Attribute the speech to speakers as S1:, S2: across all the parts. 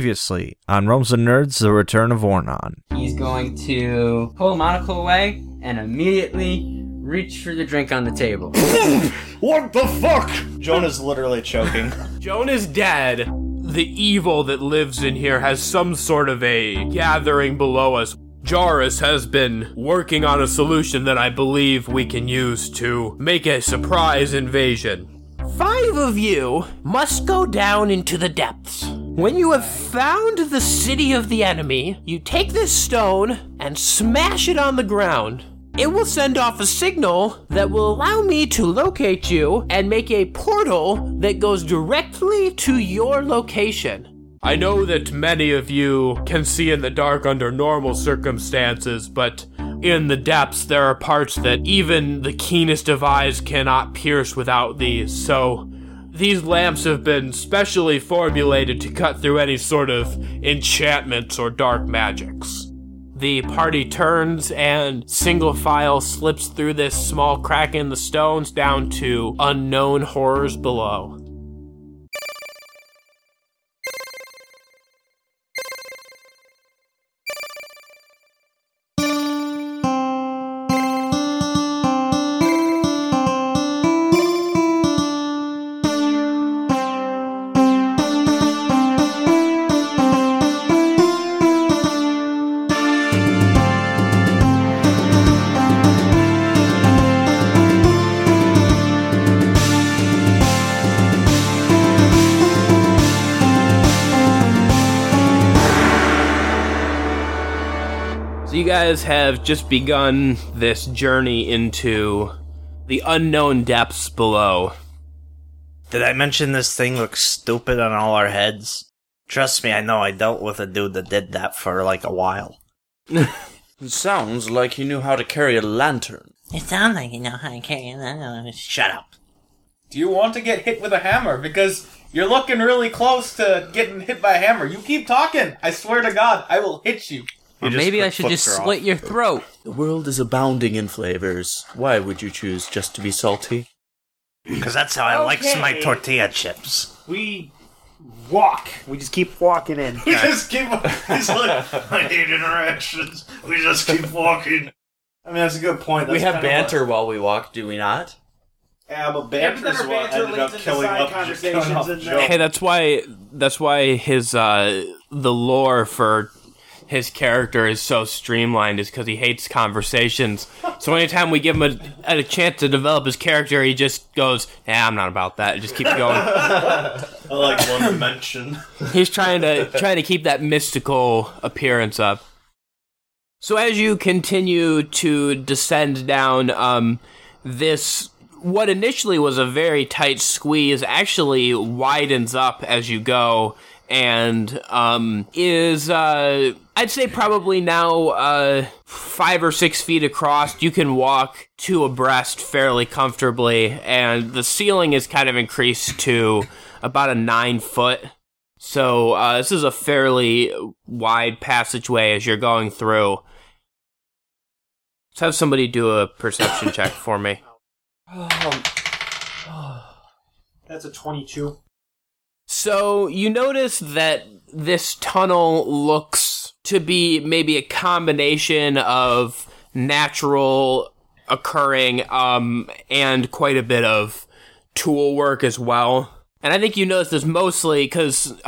S1: Previously on Realms of Nerds, The Return of Ornon.
S2: He's going to pull a monocle away and immediately reach for the drink on the table.
S3: What the fuck? Jonah's literally choking.
S4: Joan is dead. The evil that lives in here has some sort of a gathering below us. Jarus has been working on a solution that I believe we can use to make a surprise invasion. Five of you must go down into the depths. When you have found the city of the enemy, you take this stone and smash it on the ground. It will send off a signal that will allow me to locate you and make a portal that goes directly to your location. I know that many of you can see in the dark under normal circumstances, but in the depths there are parts that even the keenest of eyes cannot pierce without these, so these lamps have been specially formulated to cut through any sort of enchantments or dark magics. The party turns and single file slips through this small crack in the stones down to unknown horrors below. So you guys have just begun this journey into the unknown depths below.
S3: Did I mention this thing looks stupid on all our heads? Trust me, I know I dealt with a dude that did that for like a while.
S5: It sounds like he knew how to carry a lantern.
S6: It sounds like you know how to carry it.
S3: Shut up.
S7: Do you want to get hit with a hammer? Because you're looking really close to getting hit by a hammer. You keep talking. I swear to God, I will hit you.
S2: or maybe I should just slit your throat.
S5: The world is abounding in flavors. Why would you choose just to be salty?
S3: Because that's how I likes my tortilla chips.
S8: We walk. We just keep walking in.
S3: We just keep. He's like, I hate interactions. We just keep walking. I mean, that's a good point.
S5: we
S3: That's
S5: have
S3: kinda what-
S5: banter while we walk, do we not?
S8: Yeah, but
S7: banter's Yeah, but then our what banter ended leads up into killing side up- conversations
S8: conversations
S7: killing up and Joe.
S4: Hey, that's why that's why his uh the lore for his character is so streamlined is because he hates conversations. So anytime we give him a, a chance to develop his character, he just goes, "Yeah, I'm not about that." Just keeps going.
S3: I like one dimension.
S4: He's trying to trying to keep that mystical appearance up. So as you continue to descend down, um, this what initially was a very tight squeeze actually widens up as you go, and um, is uh, I'd say probably now uh, five or six feet across. You can walk two abreast fairly comfortably, and the ceiling is kind of increased to about a nine foot. So uh, this is a fairly wide passageway as you're going through. Let's have somebody do a perception check for me.
S8: Um, That's a 22.
S4: So you notice that this tunnel looks to be maybe a combination of natural occurring um, and quite a bit of tool work as well. And I think you notice this mostly because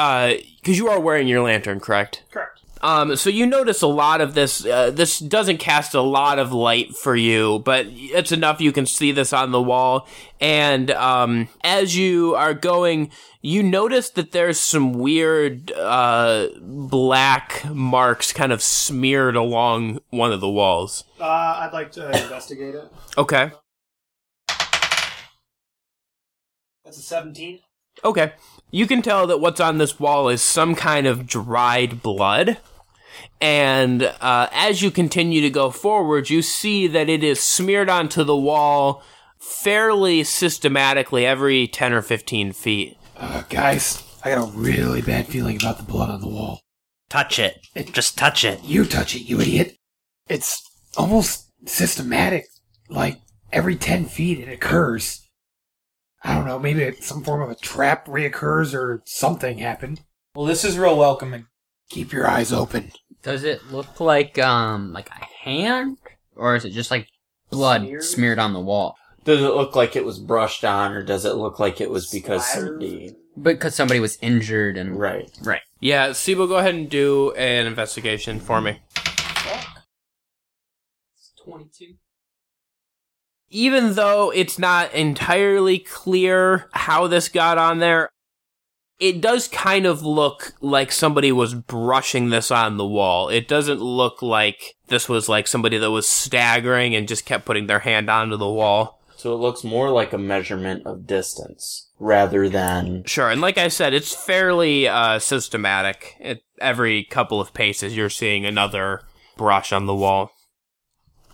S4: you are wearing your lantern, correct?
S8: Correct.
S4: Um, so you notice a lot of this. Uh, this doesn't cast a lot of light for you, but it's enough you can see this on the wall. And um, as you are going, you notice that there's some weird uh, black marks kind of smeared along one of the walls.
S8: Uh, I'd like to investigate it.
S4: Okay.
S8: That's a 17.
S4: Okay. You can tell that what's on this wall is some kind of dried blood. And uh, as you continue to go forward, you see that it is smeared onto the wall fairly systematically every 10 or 15 feet.
S9: Uh, Guys, I got a really bad feeling about the blood on the wall.
S3: Touch it. Just touch it.
S9: You touch it, you idiot. It's almost systematic. Like, every 10 feet it occurs. I don't know, maybe it's some form of a trap reoccurs or something happened.
S7: Well, this is real welcoming.
S9: Keep your eyes open.
S2: Does it look like um like a hand, or is it just like blood
S8: Smeared?
S2: smeared on the wall?
S5: Does it look like it was brushed on, or does it look like it was because
S8: Splattered?
S5: somebody?
S2: Because somebody was injured and
S5: Right.
S4: Yeah, Sibo, go ahead and do an investigation for me.
S2: Twenty-two.
S4: even though it's not entirely clear how this got on there, it does kind of look like somebody was brushing this on the wall. It doesn't look like this was like somebody that was staggering and just kept putting their hand onto the wall.
S5: So it looks more like a measurement of distance rather than
S4: Sure, and like I said, it's fairly uh, systematic. At every couple of paces, you're seeing another brush on the wall.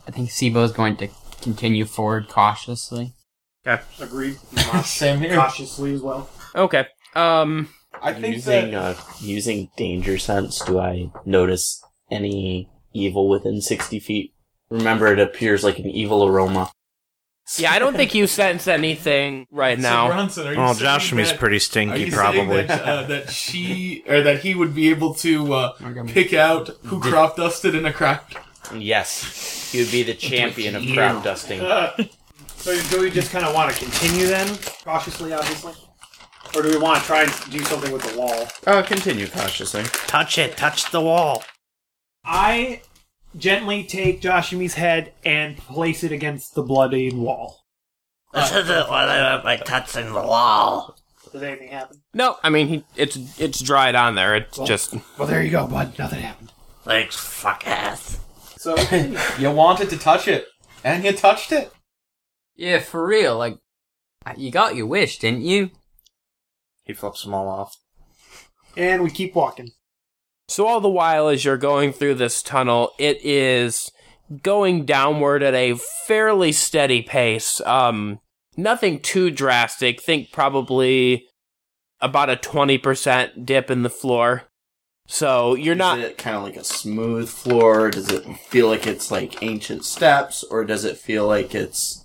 S2: I think Sibo's going to continue forward cautiously.
S8: Agreed.
S7: Same here.
S8: Cautiously as well.
S4: Okay. Um.
S7: I think
S5: using
S7: that
S5: uh, using danger sense. Do I notice any evil within sixty feet? Remember, it appears like an evil aroma.
S4: Yeah, I don't think you sense anything right now.
S7: Bronson, are you
S3: Well,
S7: saying
S3: Joshua's
S7: that-
S3: pretty
S7: Are
S3: stinky,
S7: you
S3: probably.
S7: saying that, uh, that she or that he would be able to uh, pick out who crop dusted in a crowd?
S5: Yes, he would be the champion of crop dusting.
S8: So do we just kind of want to continue then, cautiously, obviously, or do we want to try and do something with the wall?
S4: Oh,
S5: Uh, continue cautiously.
S3: touch it, touch the wall.
S8: I gently take Joshumi's head and place it against the bloodied wall.
S3: This isn't what I meant by touching the wall.
S8: Does anything happen?
S4: No, I mean he, it's it's dried on there. It's just
S9: Well, there you go, bud. Nothing happened.
S3: Thanks, fuck ass.
S7: So you wanted to touch it, and you touched it.
S2: Yeah, for real. Like, you got your wish, didn't you?
S3: He flips them all off.
S8: And we keep walking.
S4: So all the while as you're going through this tunnel, it is going downward at a fairly steady pace. Um nothing too drastic. Think probably about a 20% dip in the floor. So you're not
S5: Is it kind of like a smooth floor? Does it feel like it's like ancient steps, or does it feel like it's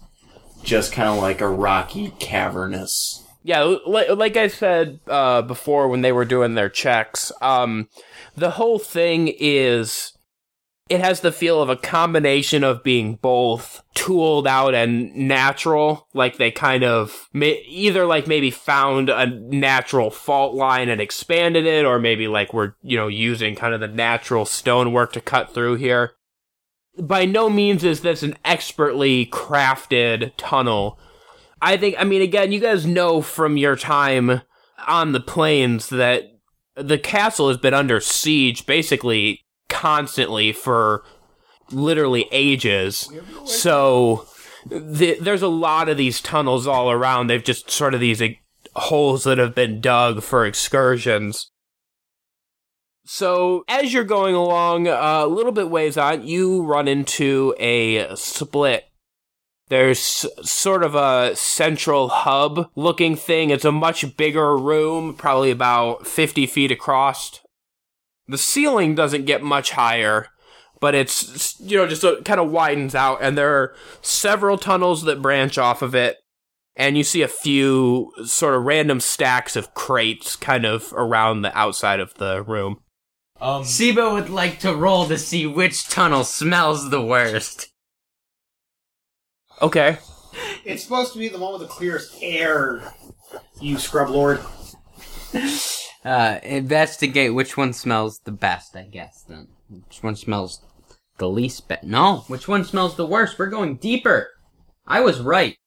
S5: just kind of like a rocky cavernous?
S4: Yeah, like, like I said uh, before when they were doing their checks, um, the whole thing is it has the feel of a combination of being both tooled out and natural. Like they kind of ma- either like maybe found a natural fault line and expanded it, or maybe like we're you know using kind of the natural stonework to cut through here by no means is this an expertly crafted tunnel. I think, I mean, again, you guys know from your time on the plains that the castle has been under siege basically constantly for literally ages. So the, there's a lot of these tunnels all around. They've just sort of these like, holes that have been dug for
S7: Uh,
S4: excursions. So as you're going along uh, a little bit ways on, you run into a split. There's s- sort of a central hub looking thing. It's a much bigger room, probably about 50 feet across. The ceiling doesn't get much higher, but it's, you know, just kind of widens out, and there are several tunnels that branch off of it and you see a few sort of random stacks of crates kind of around the outside of the room.
S7: Um,
S2: Sibo would like to roll to see which tunnel smells the worst.
S4: Okay.
S8: It's supposed to be the one with the clearest air. You scrub lord.
S2: Uh, investigate which one smells the best, I guess, then. Which one smells the least bad? No, which one smells the worst? We're going deeper. I was right.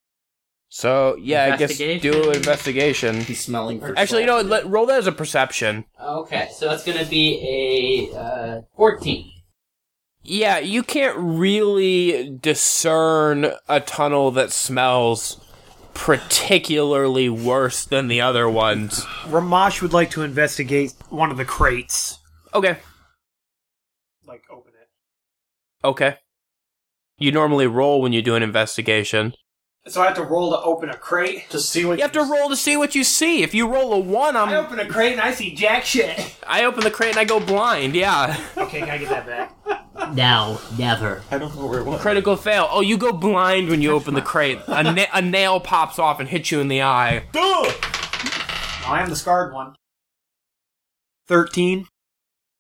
S4: So Oh, yeah, I guess do
S2: Investigation.
S4: investigation.
S5: He's smelling. For
S4: Actually, you know,
S5: salt.
S4: what, let, roll that as a perception.
S2: Okay, so that's gonna be a, uh, 14.
S4: Yeah, you can't really discern a tunnel that smells particularly worse than the other ones.
S8: Ramash would like to investigate one of the crates.
S4: Okay.
S8: Like open it.
S4: Okay. You normally roll when you do an investigation.
S8: So I have to roll to open a crate.
S5: to see what
S4: You have to roll to see what you see. If you roll a one, I'm
S8: I open a crate and I see jack shit.
S4: I open the crate and I go blind. Yeah,
S8: Okay, can I get that back?
S2: No, never.
S5: I don't know where it was.
S4: critical fail. Oh, you go blind when you open the crate. A, na- a nail pops off and hits you in the eye.
S8: No, I am the scarred one. 13.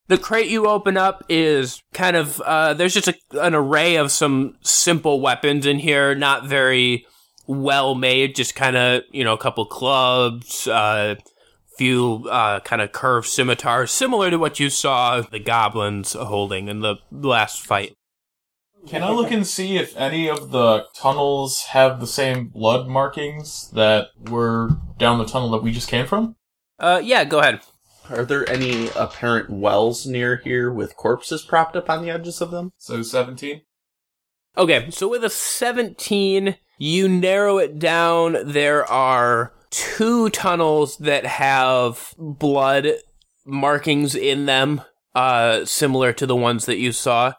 S4: The crate you open up is kind of uh, there's just a, an array of some simple weapons in here, not very well made. Just kind of you know a couple clubs, a uh, few uh, kind of curved scimitars, similar to what you saw the goblins holding in the last fight.
S10: Can I look and see if any of the tunnels have the same blood markings that were down the tunnel that we just came from?
S4: Uh, yeah, go ahead.
S5: Are there any apparent wells near here with corpses propped up on the edges of them?
S10: So 17?
S4: Okay, so with a 17, you narrow it down. There are two tunnels that have blood markings in them, uh, similar to the ones that you saw.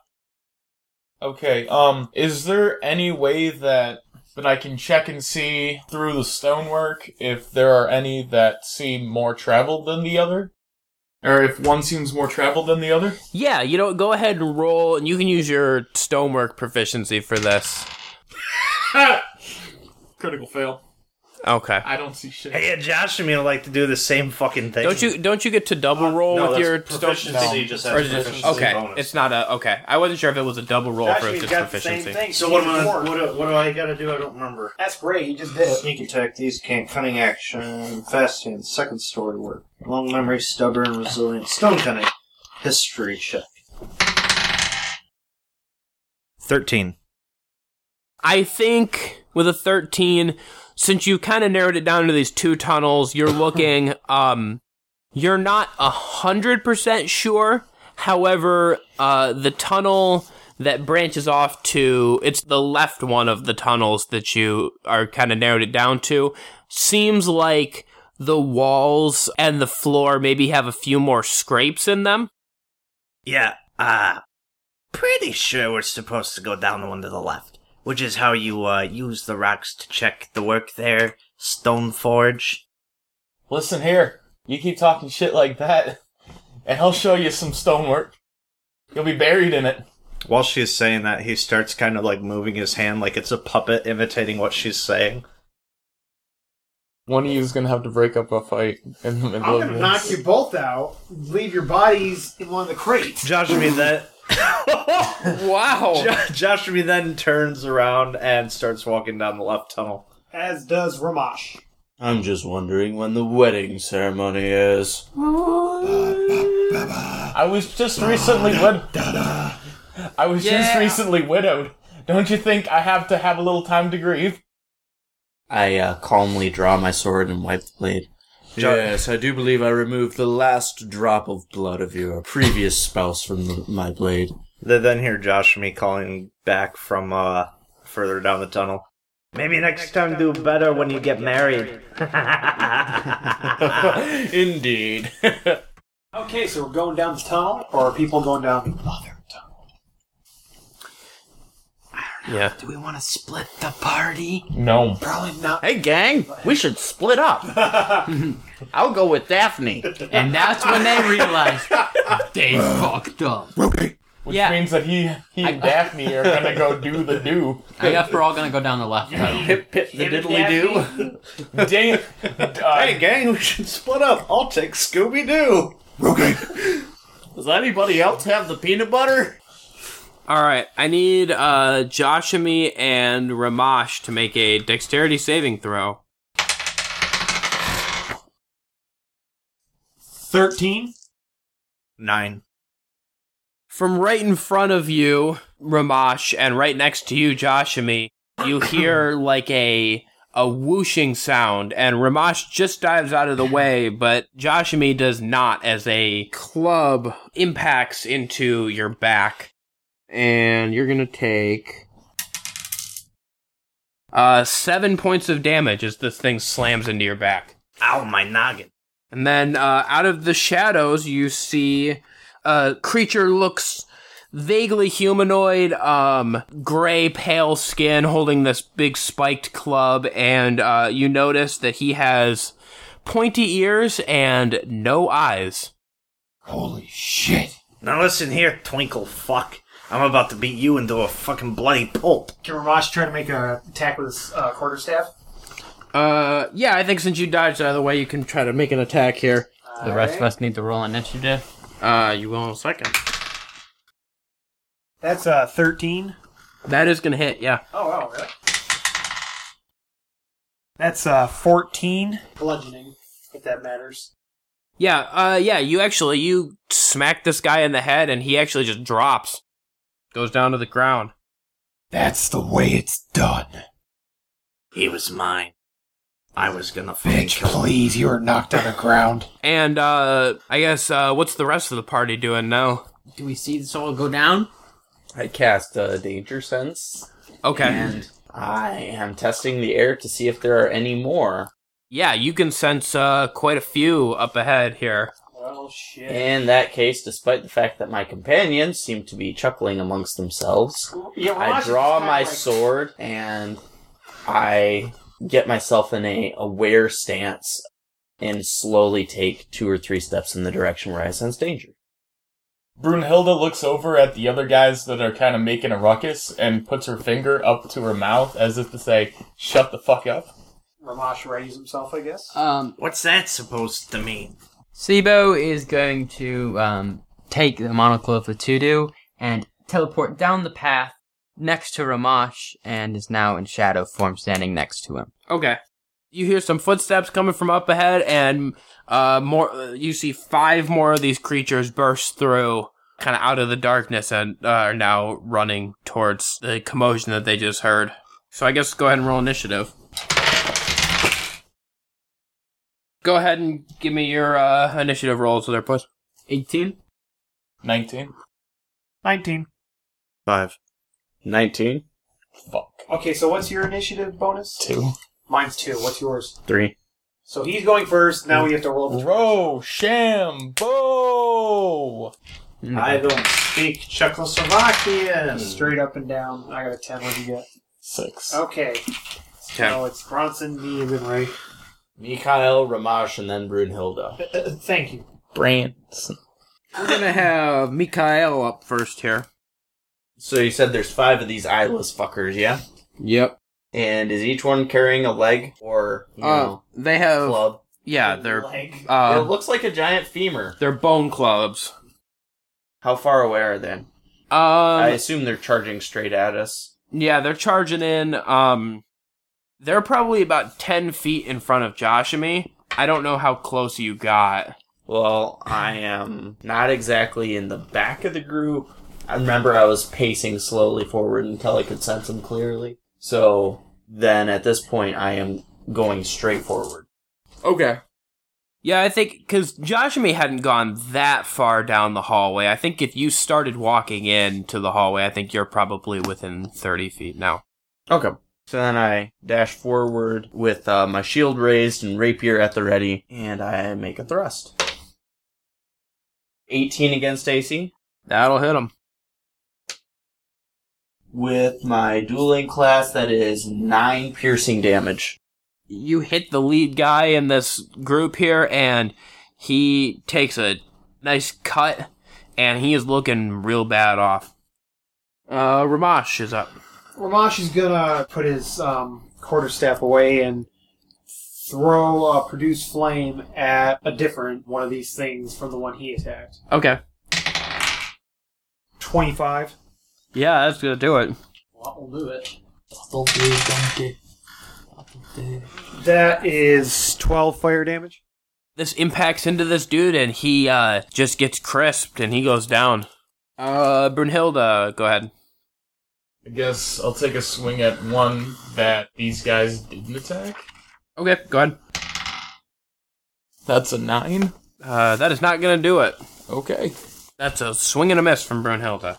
S10: Okay, um, is there any way that that I can check and see through the stonework if there are any that seem more traveled than the other? Or if one seems more traveled than the other?
S4: Yeah, you know, go ahead and roll, and you can use your stonework proficiency for this.
S10: Critical fail.
S4: Okay.
S10: I don't see shit.
S3: Hey, yeah, Josh and me would like to do the same fucking thing. Uh,
S4: Don't you don't you get to double roll
S7: no,
S4: with
S7: that's
S4: your
S7: proficiency,
S4: stone-
S7: you just have
S4: or is it-
S7: proficiency
S4: okay,
S7: bonus.
S4: it's not a okay. I wasn't sure if it was a double roll
S8: Josh,
S4: for
S8: he's
S4: just
S8: got the same
S4: proficiency.
S8: thing.
S7: So what am I?
S8: He's
S7: What,
S8: bored.
S7: do- what do I got to do? I don't remember.
S8: That's great. You just did it.
S7: Sneak attack, these can't, cunning action, fast hand, second story work, long memory, stubborn, resilient, stone cunning, history check.
S3: 13.
S4: I think with a 13, since you kind of narrowed it down to these two tunnels, you're looking, um, you're not a hundred percent sure. However, uh, the tunnel that branches off to, it's the left one of the tunnels that you are kind of narrowed it down to, seems like the walls and the floor maybe have a few more scrapes in them.
S3: Yeah, uh, pretty sure we're supposed to go down the one to the left, which is how you, uh, use the rocks to check the work there, Stone Forge.
S10: Listen here. You keep talking shit like that, and I'll show you some stonework. You'll be buried in it.
S3: While she's saying that, he starts kind of like moving his hand like it's a puppet imitating what she's saying.
S10: One of you is gonna have to break up a fight in the middle
S8: I'm
S10: of
S8: going to
S10: this.
S8: knock you both out, leave your bodies in one of the crates.
S3: Josh, I mean that.
S5: Oh.
S4: Wow.
S3: Jo- Josh, I mean, then turns around and starts walking down the left tunnel.
S8: As does Ramash.
S5: I'm just wondering when the wedding ceremony is.
S10: I was just recently wed. I was just
S4: Yeah.
S10: recently widowed. Don't you think I have to have a little time to grieve?
S5: I uh, calmly draw my sword and wipe the blade. Yes, I do believe I removed the last drop of blood of your previous spouse from the, my blade.
S3: They then hear Josh and me calling back from uh further down the tunnel. Maybe next time do better when you get married.
S10: Indeed.
S8: Okay, so we're going down the tunnel, or are people going down the other tunnel?
S4: Yeah.
S5: Do we want to split the party?
S10: no.
S8: Probably not.
S2: Hey, gang, we should split up. I'll go with Daphne. And that's when they realized they fucked up.
S10: Which
S2: Yeah.
S10: means that he he and Daphne are gonna go do the do.
S2: I guess we're all gonna go down the left. tunnel.
S5: Pip pip the diddly do.
S10: Dang. Uh,
S3: hey gang, we should split up. I'll take Scooby Doo.
S5: Does anybody else have the peanut butter?
S4: All right, I need uh, Joshimi and Ramash to make a dexterity saving throw.
S8: 13?
S3: Nine.
S4: From right in front of you, Ramash, and right next to you, Joshimi, you hear like a a whooshing sound, and Ramash just dives out of the way, but Joshimi does not, as a club impacts into your back, and you're gonna take uh seven points of damage as this thing slams into your back.
S3: Ow, my noggin.
S4: And then uh, out of the shadows, you see a creature looks vaguely humanoid, um, gray, pale skin, holding this big spiked club, and uh, you notice that he has pointy ears and no eyes.
S9: Holy shit.
S3: Now listen here, twinkle fuck. I'm about to beat you into a fucking bloody pulp.
S8: Can Ramash try to make an attack with his uh, quarterstaff?
S4: Uh, yeah, I think since you dodged out of the way, you can try to make an attack here.
S2: The rest of us need to roll initiative. Uh, you will in a second.
S8: That's uh, 13.
S2: That is gonna hit, yeah.
S8: Oh, wow, really? That's uh, 14. Bludgeoning, if that matters.
S4: Yeah, uh, yeah, you actually, you smack this guy in the head and he actually just drops. Goes down to the ground.
S9: That's the way it's done.
S3: He was mine. I was gonna fucking
S9: Bitch,
S3: kill him.
S9: please, you are knocked on the ground.
S4: And, uh, I guess, uh, what's the rest of the party doing now?
S2: Do we see this all go down?
S5: I cast uh, Danger Sense,
S4: Okay.
S5: and I am testing the air to see if there are any more.
S4: yeah, you can sense, uh, quite a few up ahead here.
S8: Well, shit.
S5: In that case, despite the fact that my companions seem to be chuckling amongst themselves,
S8: yeah, well,
S5: I
S8: should
S5: draw
S8: kinda,
S5: my
S8: like-
S5: sword and I get myself in a aware stance and slowly take two or three steps in the direction where I sense danger.
S10: Brunhilde looks over at the other guys that are kind of making a ruckus and puts her finger up to her mouth as if to say, shut the fuck up.
S8: Ramash readies himself, I guess.
S2: Um,
S3: What's that supposed to mean?
S2: Sibo is going to um, take the monocle of the Tudu and teleport down the path next to Ramash and is now in shadow form standing next to him.
S4: Okay. You hear some footsteps coming from up ahead, and uh, more. Uh, you see five more of these creatures burst through, kind of out of the darkness, and uh, are now running towards the commotion that they just heard. So I guess go ahead and roll initiative. Go ahead and give me your uh, initiative rolls there, please.
S2: 18?
S10: 19.
S8: 19.
S3: Five.
S5: 19,
S10: Fuck.
S8: Okay, so what's your initiative bonus?
S5: 2,
S8: Mine's 2. What's yours?
S5: 3.
S8: So he's going first. Now we have to roll the
S10: Ro Shambo!
S8: I don't speak Czechoslovakian. Straight up and down. I got a 10. What'd you get?
S10: 6.
S8: Okay. So it's Bronson, me, and then Ray.
S5: Mikhail, Ramash, and then Brunhilda.
S8: Uh, uh, thank you.
S5: Brands.
S4: We're gonna have Mikael up first here.
S5: So you said there's five of these eyeless fuckers, yeah?
S4: Yep.
S5: And is each one carrying a leg or you know,
S4: Uh, they have.
S5: club?
S4: Yeah, they're
S8: Leg.
S5: it
S4: uh,
S5: looks like a giant femur.
S4: they're bone clubs.
S5: How far away are they?
S4: Um,
S5: I assume they're charging straight at us.
S4: Yeah, they're charging in. Um, they're probably about ten feet in front of Josh and me. I don't know how close you got.
S5: Well, I am not exactly in the back of the group. I remember I was pacing slowly forward until I could sense them clearly. So then at this point, I am going straight forward.
S4: Okay. Yeah, I think because Josh and me hadn't gone that far down the hallway. I think if you started walking into the hallway, I think you're probably within thirty feet now.
S5: Okay. So then I dash forward with uh, my shield raised and rapier at the ready, and I make a thrust. 18 against AC.
S4: That'll hit him.
S5: With my dueling class, that is 9 piercing damage.
S4: You hit the lead guy in this group here, and he takes a nice cut, and he is looking real bad off. Uh, Ramash is up.
S8: Ramash is gonna put his um, quarterstaff away and throw uh, produce flame at a different one of these things from the one he attacked.
S4: Okay.
S8: 25.
S4: Yeah, that's gonna do it.
S8: Well, will do it. That is 12 fire damage.
S4: This impacts into this dude, and he uh, just gets crisped, and he goes down. Uh, Brunhilde, go ahead.
S10: I guess I'll take a swing at one that these guys didn't attack.
S4: Okay, go ahead.
S10: That's a 9.
S4: Uh, that is not gonna do it.
S10: Okay.
S4: That's a swing and a miss from Brunhilde.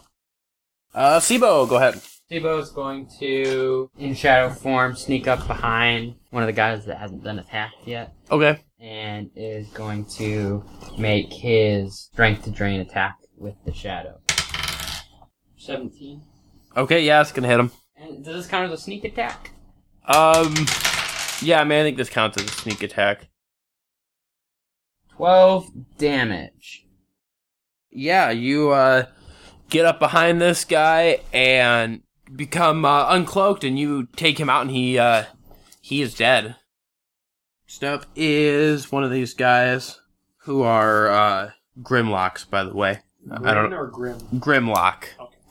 S4: Uh, Sibo, go ahead.
S2: Sibo is going to, in shadow form, sneak up behind one of the guys that hasn't been attacked yet
S4: Okay.
S2: and is going to make his strength to drain attack with the shadow. 17.
S4: Okay, yeah, it's gonna hit him.
S2: And does this count as a sneak attack?
S4: Um, yeah, man, I think this counts as a sneak attack.
S2: 12 damage.
S4: yeah, you uh, get up behind this guy and become uh, uncloaked, and you take him out, and he uh, he is dead. Next up is one of these guys who are uh, Grimlocks, by the way. I don't
S8: Grin or Grim?
S4: Grimlock.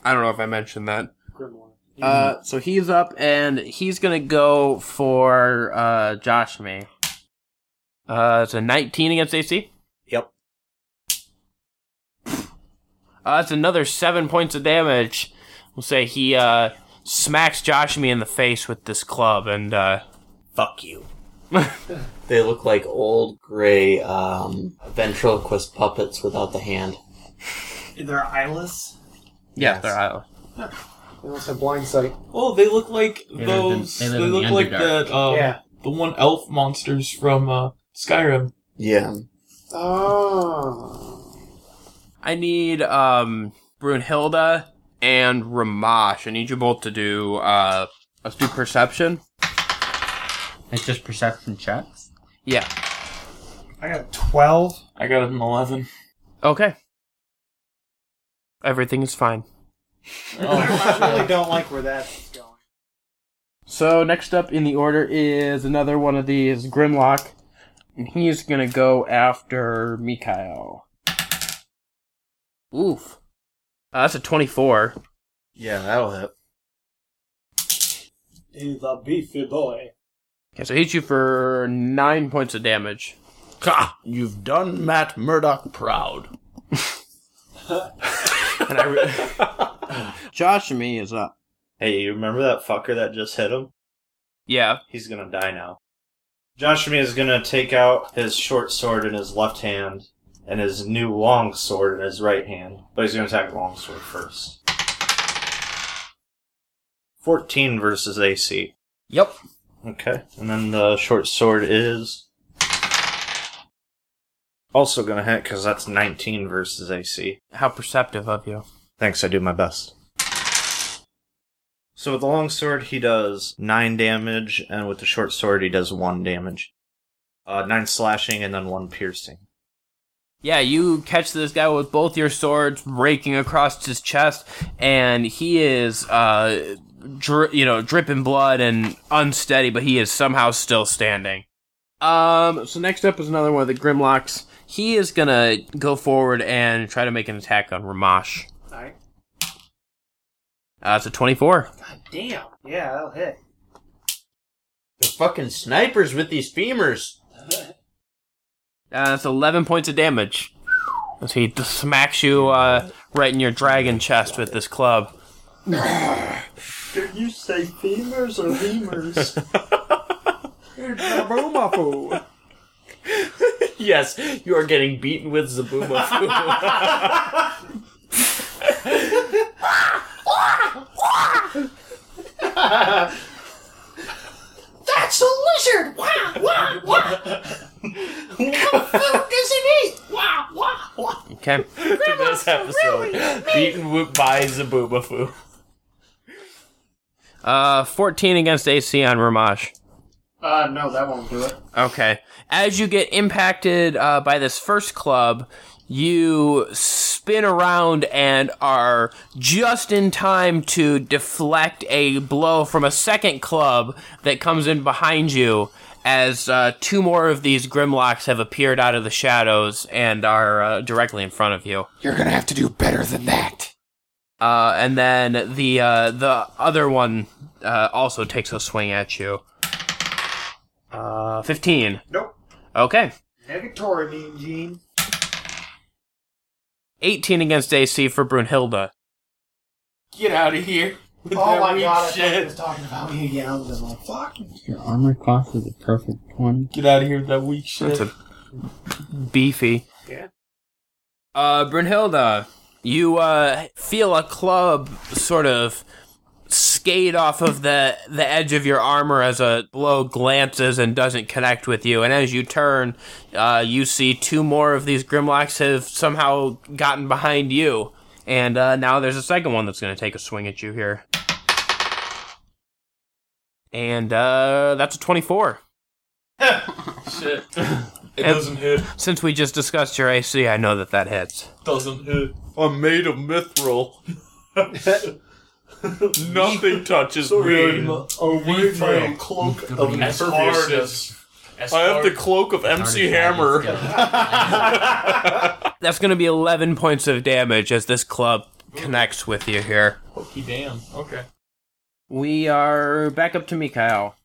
S4: I don't know if I mentioned that.
S8: Grimlock.
S4: Uh, so he's up and he's gonna go for uh, Josh me. Uh, it's a 19 against AC.
S5: Yep.
S4: Uh, that's another seven points of damage. We'll say he uh, smacks Josh me in the face with this club and uh,
S5: fuck you. They look like old gray um, ventriloquist puppets without the hand.
S8: They're eyeless.
S4: Yeah, they're out.
S8: They must have blind sight.
S10: Oh, they look like
S8: They live in-
S10: those.
S8: they
S10: They,
S8: live in the
S10: look like
S8: Underdark.
S10: the um,
S8: Yeah.
S10: the one elf monsters from uh, Skyrim.
S5: Yeah.
S8: Oh.
S4: I need um Brunhilda and Ramash. I need you both to do uh let's do perception.
S2: It's just perception checks.
S4: Yeah.
S8: I got 12.
S10: I got an 11.
S4: Okay. Everything is fine.
S8: I really don't like where that's going.
S4: So next up in the order is another one of these Grimlock. And he's gonna go after Mikhail. Oof. Uh, that's a twenty-four.
S5: Yeah, that'll hit.
S8: He's a beefy boy.
S4: Okay, so hit you for nine points of damage.
S10: Ha! You've done Matt Murdock proud.
S4: and I re- Josh and me is up.
S3: Hey, you remember that fucker that just hit him?
S4: Yeah.
S3: He's gonna die now. Joshua is gonna take out his short sword in his left hand and his new long sword in his right hand. But he's gonna attack long sword first. Fourteen versus AC.
S4: Yep.
S3: Okay. And then the short sword is also gonna hit because that's nineteen versus AC.
S4: How perceptive of you.
S3: Thanks, I do my best. So with the long sword, he does nine damage, and with the short sword, he does one damage. Uh, nine slashing and then one piercing.
S4: Yeah, you catch this guy with both your swords raking across his chest, and he is, uh, dri- you know, dripping blood and unsteady, but he is somehow still standing. Um, so next up is another one of the Grimlocks. He is gonna go forward and try to make an attack on Ramash.
S8: Alright.
S4: Uh, it's a 24.
S8: Damn. Yeah, that'll hit.
S5: They're fucking snipers with these femurs.
S4: Uh, that's 11 points of damage. As he d- smacks you, uh, right in your dragon chest with this club.
S3: Did you say femurs or femurs?
S8: Zaboomafoo.
S5: yes, you are getting beaten with Zaboomafu.
S6: That's a lizard! Wow, wow, wow! What food does it eat? Wow, wow, wow!
S4: Okay.
S5: to this episide, beaten wi- by Zaboomafoo.
S4: Uh, 14 against AC on Ramaj.
S8: Uh, no, that won't do it.
S4: Okay. As you get impacted uh, by this first club, you spin around and are just in time to deflect a blow from a second club that comes in behind you as uh, two more of these Grimlocks have appeared out of the shadows and are uh, directly in front of you.
S9: You're gonna have to do better than that.
S4: Uh, and then the uh, the other one uh, also takes a swing at you. Uh, fifteen.
S8: Nope.
S4: Okay.
S8: Negatory, Mean Gene.
S4: 18 against AC for Brunhilda.
S10: Get out of here. with
S8: Oh
S10: that
S8: my
S10: weak
S8: god, I thought he
S10: shit.
S8: was talking about me again. I'm just like, fuck.
S10: Your armor class is a perfect one. Get out of here with that weak shit.
S4: That's a beefy.
S8: Yeah.
S4: Uh, Brunhilda, you uh, feel a club sort of skate off of the, the edge of your armor as a blow glances and doesn't connect with you. And as you turn, uh, you see two more of these Grimlocks have somehow gotten behind you. And uh, now there's a second one that's going to take a swing at you here. And uh, that's a 24.
S10: shit. It
S4: And
S10: doesn't hit.
S4: Since we just discussed your AC, I know that that hits.
S10: Doesn't hit. I'm made of mithril. Nothing touches me.
S7: away
S10: from cloak of
S7: impervious.
S10: I have the cloak of MC Hammer.
S4: That's going to be 11 points of damage as this club connects with you here.
S10: Pokey damn. Okay.
S2: We are back up to Mikhail.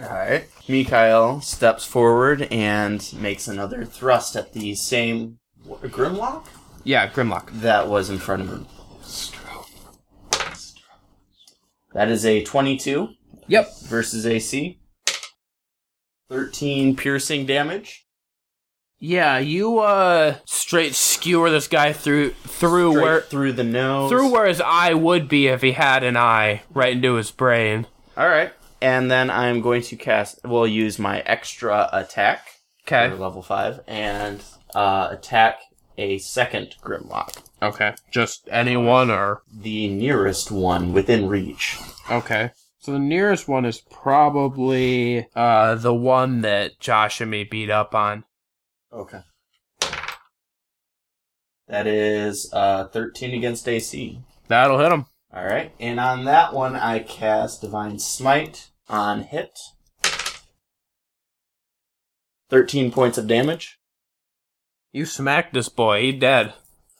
S5: Alright. Mikhail steps forward and makes another thrust at the same wha- Grimlock?
S2: Yeah, Grimlock.
S5: That was in front of him. That is a 22.
S2: Yep.
S5: Versus AC. 13 piercing damage.
S4: Yeah, you uh straight skewer this guy through through
S5: Straight
S4: where
S5: through the nose.
S4: through where his eye would be if he had an eye right into his brain.
S5: All right. And then I'm going to cast. We'll use my extra attack.
S4: Okay.
S5: for Level five and uh, attack a second Grimlock.
S4: Okay. Just anyone or
S5: the nearest one within reach.
S4: Okay. So the nearest one is probably uh the one that Josh and me beat up on.
S5: Okay. That is uh, 13 against AC.
S4: That'll hit him.
S5: All right. And on that one, I cast Divine Smite on hit. 13 points of damage.
S4: You smacked this boy, he dead.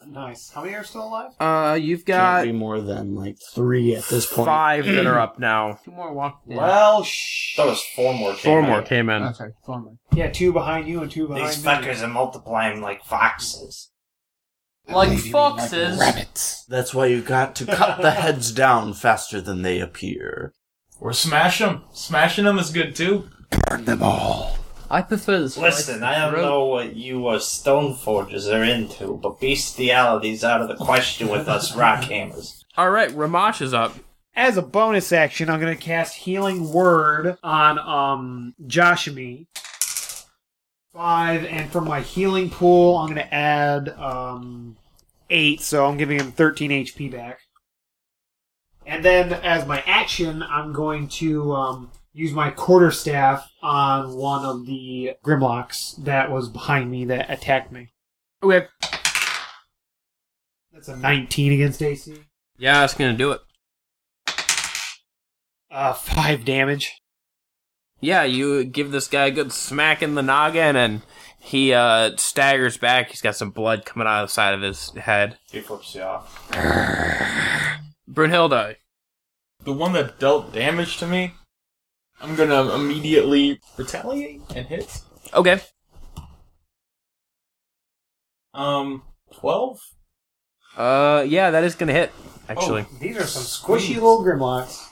S8: Nice. How many are still alive?
S2: Uh, you've
S5: Can't
S2: got
S5: be more than like three at this point.
S2: five that are up now. Two more walked
S5: Well, sh-
S3: That was four more. came
S4: Four
S3: out.
S4: more came in.
S9: sorry, former.
S8: Yeah, two behind you and two behind
S3: These
S8: me.
S3: fuckers are multiplying like foxes.
S2: Like foxes.
S9: Rabbits.
S5: that's why you got to cut the heads down faster than they appear.
S10: Or smash them. Smashing them is good too.
S9: Burn them all.
S2: I prefer this.
S3: Listen, I don't know what you uh, stone forgers are into, but bestiality's out of the question with us rock hammers.
S4: All right, Ramash is up.
S8: As a bonus action, I'm going to cast Healing Word on um Joshimi. Five, and from my healing pool, I'm going to add um eight, so I'm giving him 13 HP back. And then, as my action, I'm going to um, use my quarterstaff on one of the Grimlocks that was behind me that attacked me.
S4: Okay.
S8: That's a 19 against AC.
S4: Yeah, that's gonna do it.
S8: Uh, five damage.
S4: Yeah, you give this guy a good smack in the noggin and he uh staggers back. He's got some blood coming out of the side of his head.
S3: He flips you off.
S4: Brunhilde.
S10: The one that dealt damage to me, I'm gonna immediately retaliate and hit.
S4: Okay.
S10: Um, twelve.
S4: Uh yeah, that is gonna hit, actually.
S8: Oh, These are some squishy little Grimlocks.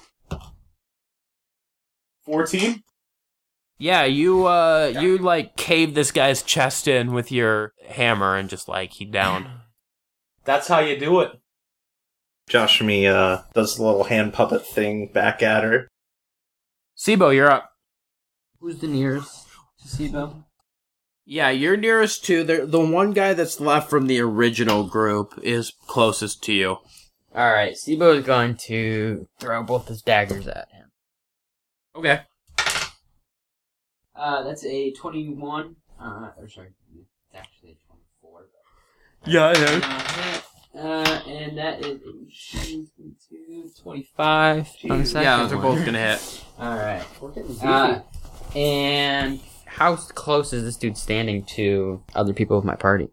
S10: 14?
S4: Yeah, you uh you like cave this guy's chest in with your hammer and just like he down.
S10: That's how you do it.
S3: Josh me uh, does the little hand puppet thing back at her.
S4: Sibo, you're up.
S2: Who's the nearest to Sibo?
S4: Yeah, you're nearest to the the one guy that's left from the original group is closest to you.
S2: Alright, Sibo is going to throw both his daggers at him.
S4: Okay.
S2: Uh, that's a 21. Uh, or sorry, it's actually a 24.
S4: Yeah, I know.
S2: Uh, uh, and that is 18, 22, 25 on the second
S4: Yeah, those are
S2: one.
S4: both gonna hit.
S2: Alright. Uh, and how close is this dude standing to other people of my party?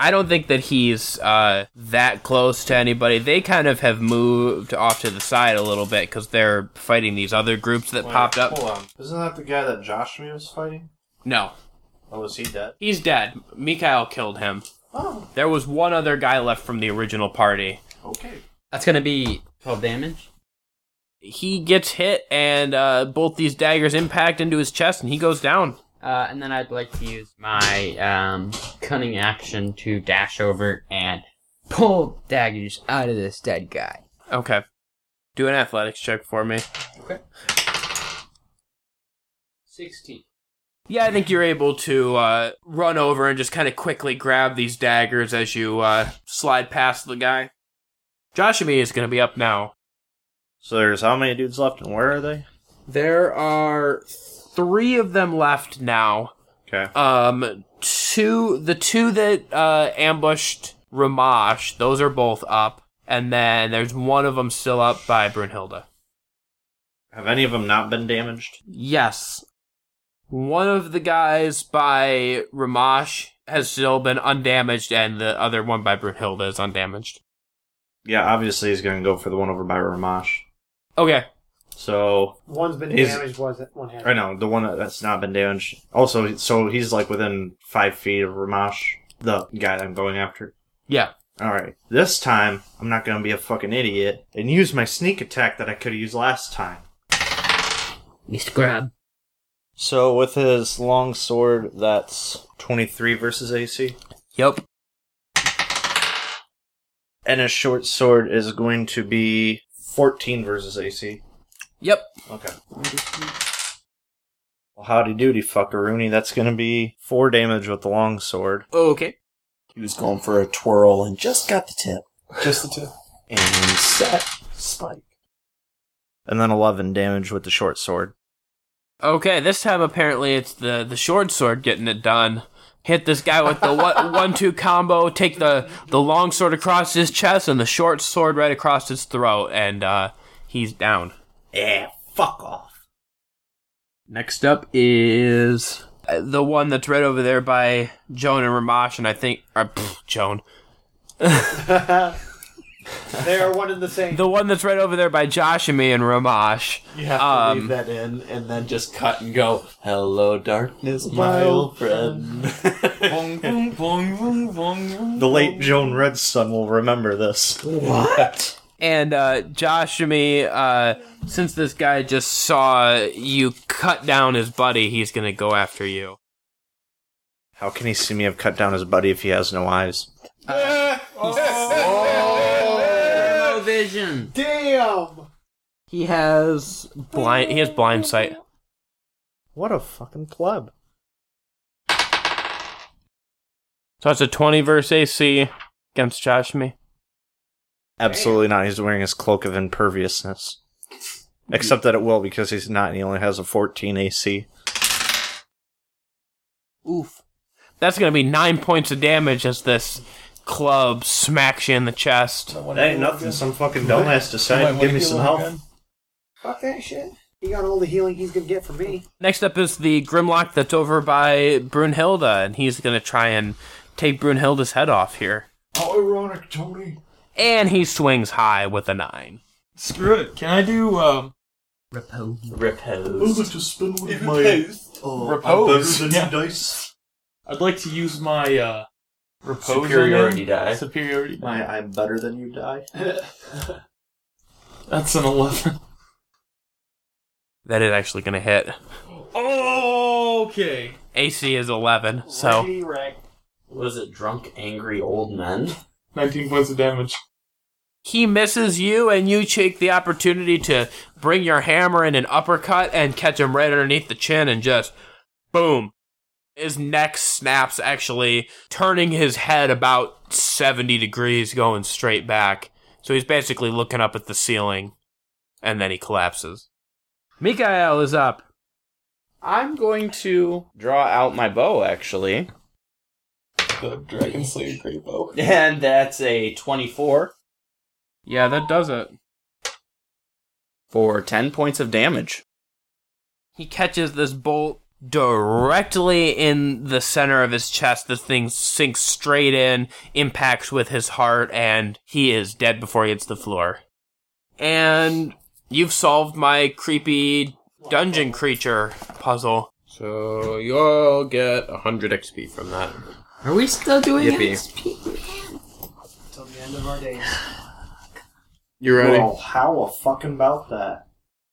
S4: I don't think that he's uh, that close to anybody. They kind of have moved off to the side a little bit because they're fighting these other groups that popped up.
S3: Hold on. Isn't that the guy that Josh me was fighting?
S4: No,
S3: Or was he dead?
S4: he's dead. Mikhail killed him. Oh. There was one other guy left from the original party.
S3: Okay.
S2: That's gonna be 12 damage.
S4: He gets hit, and uh, both these daggers impact into his chest, and he goes down.
S2: Uh, and then I'd like to use my um, cunning action to dash over and pull daggers out of this dead guy.
S4: Okay. Do an athletics check for me.
S2: 16.
S4: Yeah, I think you're able to uh, run over and just kind of quickly grab these daggers as you uh, slide past the guy. Joshimi is going to be up now.
S3: So there's how many dudes left and where are they?
S4: There are three of them left now.
S3: Okay.
S4: Um, two, the two that uh, ambushed Ramash, those are both up, and then there's one of them still up by Brunhilde.
S3: Have any of them not been damaged?
S4: Yes. One of the guys by Ramash has still been undamaged, and the other one by Brunhilde is undamaged.
S1: Yeah, obviously he's going to go for the one over by Ramash.
S4: Okay.
S1: So
S8: One's been
S1: Is-
S8: damaged. Was it one hand?
S1: I know the one that's not been damaged. Also, so he's like within five feet of Ramash, the guy that I'm going after.
S4: Yeah.
S1: All right. This time, I'm not going to be a fucking idiot and use my sneak attack that I could have used last time.
S2: Mr. Grab.
S1: So with his long sword, that's 23 versus AC.
S4: Yep.
S1: And his short sword is going to be 14 versus AC.
S4: Yep.
S1: Okay. Well, howdy doody, fuckaroony. That's going to be 4 damage with the long sword.
S4: Okay.
S5: He was going for a twirl and just got the tip.
S10: Just the two.
S5: And set spike.
S1: And then 11 damage with the short sword.
S4: Okay, this time apparently it's the the short sword getting it done. Hit this guy with the one, one two combo. Take the the long sword across his chest and the short sword right across his throat, and uh, he's down.
S1: Yeah, fuck off.
S4: Next up is uh, the one that's right over there by Joan and Ramash, and I think or pff, Joan,
S8: They are one and the same.
S4: the one that's right over there by Josh and me and Um, Ramash.
S5: You have to leave that in and then just cut and go, Hello, darkness, my
S10: My
S5: old
S10: old
S5: friend.
S10: Boing, boing, boing, boing, boing, boing.
S1: The late Joan Redson will remember this.
S5: What?
S4: And uh, Josh and me, uh, since this guy just saw you cut down his buddy, he's gonna go after you.
S1: How can he see me have cut down his buddy if he has no eyes?
S2: No vision.
S8: Damn.
S4: He has blind. He has blind sight.
S1: What a fucking club.
S4: So that's a twenty verse AC against Josh and me.
S1: Absolutely not. He's wearing his cloak of imperviousness. Except that it will because he's not and he only has a 14 AC.
S4: Oof. That's gonna be nine points of damage as this club smacks you in the chest.
S1: ain't nothing. Some fucking dumbass decided to give me some help.
S8: Fuck that shit. He got all the healing he's gonna get from me.
S4: Next up is the Grimlock that's over by Brunhilda, and he's gonna try and take Brunhilda's head off here.
S10: How ironic, Tony.
S4: And he swings high with a nine.
S10: Screw it. Can I do um
S2: Repose.
S5: Repose.
S10: to spin with Oh, repose? repose. yeah.
S1: dice.
S10: I'd like to use my uh repose on
S5: Superiority
S10: him.
S5: die.
S10: Superiority die.
S1: My I'm better than you die.
S10: That's an eleven.
S4: That is actually gonna hit.
S10: Okay.
S4: AC is eleven, so
S8: Righty rack.
S5: Was it drunk, angry old men?
S10: Nineteen points of damage.
S4: he misses you, and you take the opportunity to bring your hammer in an uppercut and catch him right underneath the chin, and just boom. His neck snaps, actually turning his head about 70 degrees, going straight back. So he's basically looking up at the ceiling, and then he collapses. Mikael is up.
S5: I'm going to draw out my bow, actually.
S10: The dragon slayer great bow.
S5: And that's a 24
S4: Yeah, that does it.
S5: for 10 points of damage.
S4: He catches this bolt directly in the center of his chest. The thing sinks straight in, impacts with his heart, and he is dead before he hits the floor. And you've solved my creepy dungeon creature puzzle. So you'll get 100 XP from that.
S2: Are we still doing
S4: Yippee.
S2: XP?
S8: Till the end of our days.
S4: You
S1: Well, how a fucking about that?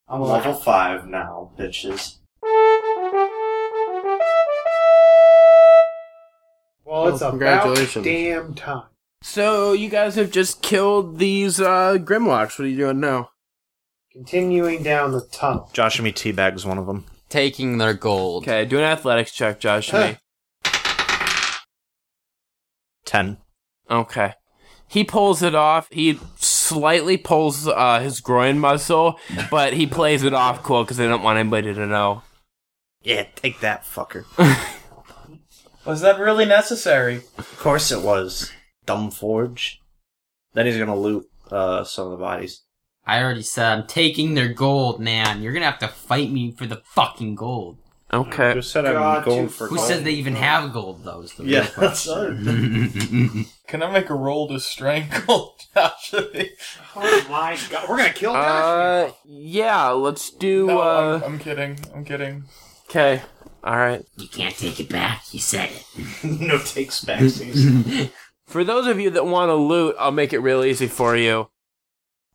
S1: I'm level 5 now, bitches.
S8: Well, it's
S4: congratulations.
S8: about damn time.
S4: So you guys have just killed these uh, Grimlocks. What are you doing now?
S8: Continuing down the tunnel.
S1: Josh and me teabag's one of them.
S2: Taking their gold.
S4: Okay, do an athletics check, Josh. and me.
S1: 10.
S4: Okay. He pulls it off. He slightly pulls uh, his groin muscle, but he plays it off cool because they don't want anybody to know.
S1: Yeah, take that, fucker.
S3: Was that really necessary?
S1: Of course it was. Dumbforge. Then he's gonna loot uh, some of the bodies.
S2: I already said I'm taking their gold, man. You're gonna have to fight me for the fucking gold.
S4: Okay.
S11: Just said I'm
S4: God,
S11: going
S4: too
S11: for
S2: Who
S11: gold.
S2: said they even have gold, though? Is the real
S10: Yeah, that's
S2: question.
S10: Can I make a roll to strangle Joshua?
S8: Oh my god, we're gonna kill
S4: Uh, yeah, let's do.
S10: No,
S4: uh,
S10: I'm, I'm kidding. I'm kidding.
S4: Okay. All right.
S2: You can't take it back. You said
S4: it.
S11: no takes back.
S4: for those of you that want to loot, I'll make it real easy for you.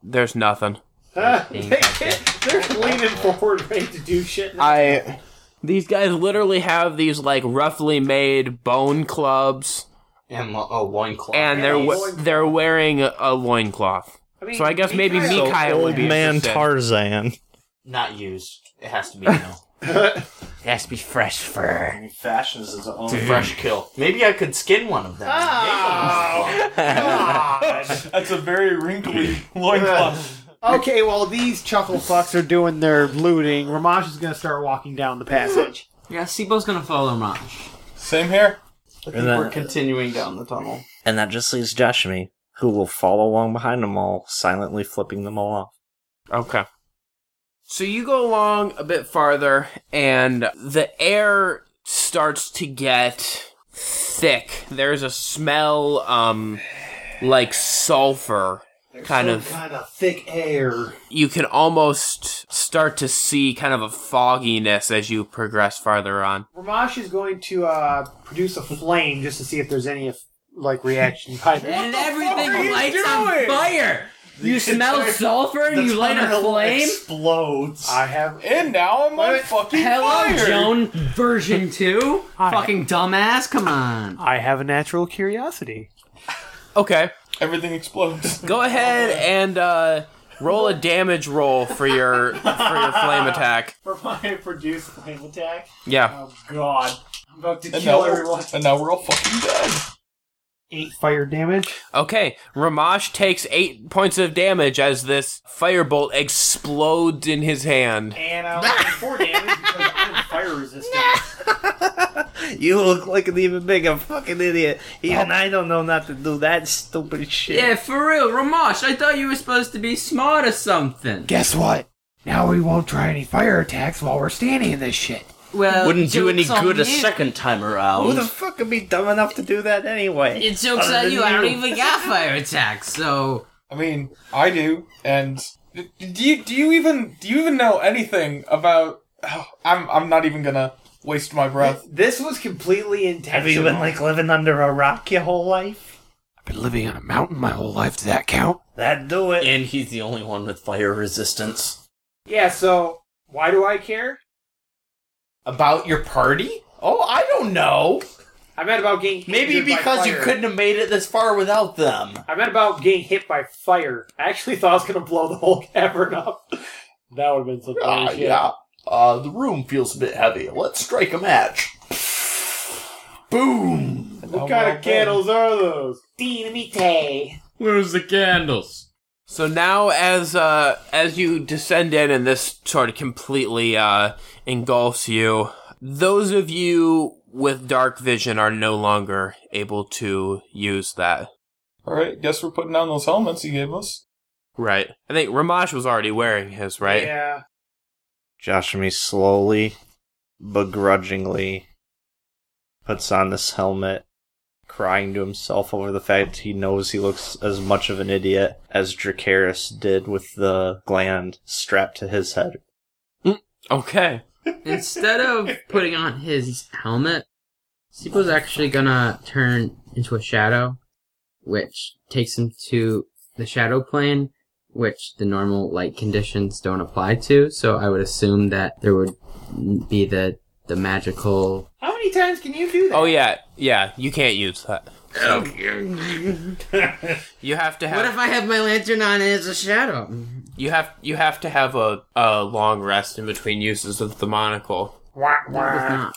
S4: There's nothing.
S8: Ah, they can't- They're leaning forward, ready to do shit.
S4: I. These guys literally have these like roughly made bone clubs.
S2: And lo- oh, loincloth.
S4: And they're
S2: Yeah,
S4: we-
S2: loincloth.
S4: they're wearing a, a loincloth.
S2: mean,
S4: so I guess maybe
S2: Mikhail-
S4: Mikhail
S2: So
S4: would be
S2: old man
S4: interested.
S1: Tarzan.
S2: Not used. It has to be no. it has to be fresh fur. Mm.
S11: He fashions his own
S5: Fresh kill. Maybe I could skin one of them.
S8: Ah,
S10: That's a very wrinkly loincloth.
S8: Okay, while these chuckle fucks are doing their looting, Ramaj is gonna start walking down the passage.
S2: Yeah, Sibo's gonna follow Ramaj.
S10: Same here.
S5: I think
S8: And
S5: we're
S8: then-
S5: continuing down the tunnel.
S1: And that just leaves Josh and me, who will follow along behind them all, silently flipping them all off.
S4: Okay. So you go along a bit farther, and the air starts to get thick. There's a smell, um, like sulfur, kind of.
S8: of thick air.
S4: You can almost start to see kind of a fogginess as you progress farther on.
S8: Ramash is going to uh, produce a flame just to see if there's any like reaction.
S2: And everything
S6: you
S2: lights on
S6: doing?
S2: fire. You smell sulfur and you light a flame.
S11: Explodes.
S8: I have.
S10: And now I'm on fucking
S2: Hello,
S10: fire.
S2: Joan version two.
S8: Hi.
S2: Fucking dumbass. Come on.
S8: I have a natural curiosity.
S4: Okay.
S10: Everything explodes.
S4: Go ahead and uh, roll a damage roll for your for your flame attack.
S8: For my produced flame attack.
S4: Yeah.
S8: Oh god. I'm about to
S10: And
S8: kill
S10: now-
S8: everyone.
S10: And now we're all fucking dead.
S8: Eight fire damage.
S4: Okay, Ramash takes eight points of damage as this firebolt explodes in his hand.
S8: And I only take four damage because I'm fire resistant.
S3: You look like an even bigger fucking idiot. Even I don't know not to do that stupid shit.
S2: Yeah, for real, Ramash. I thought you were supposed to be smart or something.
S9: Guess what? Now we won't try any fire attacks while we're standing in this shit.
S2: Well,
S9: Wouldn't do any
S2: joke's on
S9: good a
S2: you.
S9: second
S5: time
S3: Who the
S5: around.
S3: fuck would be dumb enough to do that anyway?
S2: It jokes
S3: Other
S2: on
S3: than
S2: you. I don't even got fire attacks, so
S10: I mean, I do, and d- do you do you even do you even know anything about? I'm I'm not even gonna waste my breath.
S8: This was completely intentional.
S3: Have you been like living under a rock your whole life?
S9: I've been living on a mountain my whole life. Does that count?
S3: That do it.
S5: And he's the only one with fire resistance.
S8: Yeah, so why do I care?
S5: About your party? Oh, I don't know.
S8: I meant about getting hit
S5: Maybe
S8: by
S5: because you
S8: fire.
S5: couldn't have made it this far without them.
S8: I meant about getting hit by fire. I actually thought I was gonna blow the whole cavern up. That would have been some funny
S5: Ah,
S8: shit.
S5: yeah. Uh, the room feels a bit heavy. Let's strike a match. Boom!
S8: What kind of candles are those? Dinamite.
S2: Where's the candles?
S4: So now, as uh, as you descend in, and this sort of completely uh, engulfs you, those of you with dark vision are no longer able to use that.
S10: All right, guess we're putting on those helmets he gave us.
S4: Right. I think Ramash was already wearing his, right?
S8: Yeah.
S1: Josh and me slowly, begrudgingly, puts on this helmet, crying to himself over the fact he knows he looks as much of an idiot as Dracaris did with the gland strapped to his head.
S4: Okay.
S2: Instead of putting on his helmet, Sibo's actually gonna turn into a shadow, which takes him to the shadow plane, which the normal light conditions don't apply to. So I would assume that there would be the the magical.
S8: How many times can you do that?
S4: Oh yeah, yeah. You can't use that. You have to have.
S2: What if I have my lantern on and it's a shadow?
S4: You have you have to have a, a long rest in between uses of the monocle.
S2: That was not.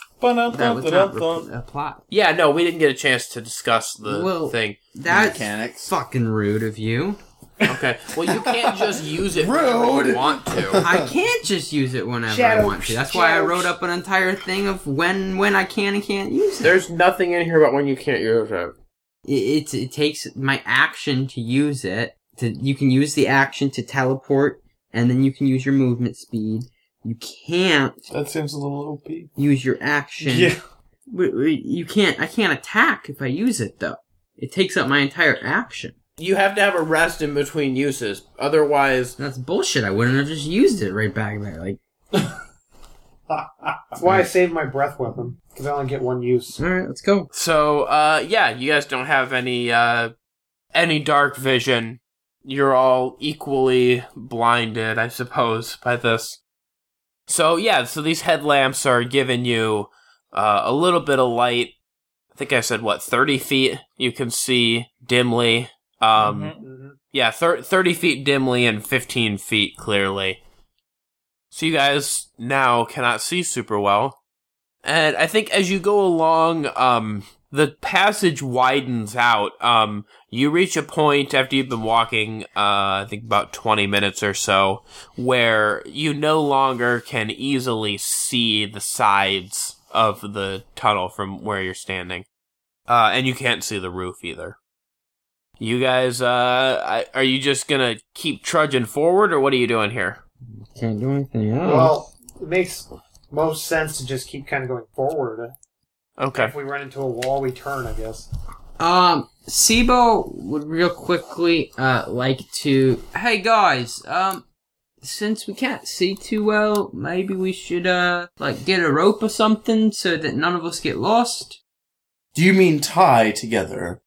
S2: That was not re- a plot.
S4: Yeah, no, we didn't get a chance to discuss the
S2: Well,
S4: thing.
S2: That's fucking rude of you.
S4: Okay. Well, you can't just use it whenever you
S2: Rude.
S4: want to.
S2: I can't just use it whenever I
S4: Shadow,
S2: want to. That's why I
S4: shadow.
S2: wrote up an entire thing of when when I can and can't use it.
S4: There's nothing in here about when you can't use it.
S2: It, it, it takes my action to use it. To, you can use the action to teleport, and then you can use your movement speed. You can't.
S10: That seems a little OP.
S2: Use your action.
S10: Yeah.
S2: W- w- You can't. I can't attack if I use it though. It takes up my entire action.
S12: You have to have a rest in between uses. Otherwise.
S2: That's bullshit. I wouldn't have just used it right back there. Like.
S8: That's why I saved my breath weapon because I only get one use.
S2: All right, let's go.
S4: So, uh, yeah, you guys don't have any, uh, any dark vision. You're all equally blinded, I suppose, by this. So, yeah, so these headlamps are giving you, uh, a little bit of light. I think I said, what, 30 feet you can see dimly. Um, yeah, thir- 30 feet dimly and 15 feet clearly. So you guys now cannot see super well. And I think as you go along, um, the passage widens out. Um, you reach a point after you've been walking, uh, I think about 20 minutes or so, where you no longer can easily see the sides of the tunnel from where you're standing. Uh, and you can't see the roof either. You guys, uh, I- are you just gonna keep trudging forward, or what are you doing here?
S2: Can't do anything
S8: Well, it makes most sense to just keep kind of going forward.
S4: Okay.
S8: If we run into a wall, we turn. I guess.
S2: Um, Sibo would real quickly uh like to. Hey guys, um, since we can't see too well, maybe we should uh like get a rope or something so that none of us get lost.
S12: Do you mean tie together?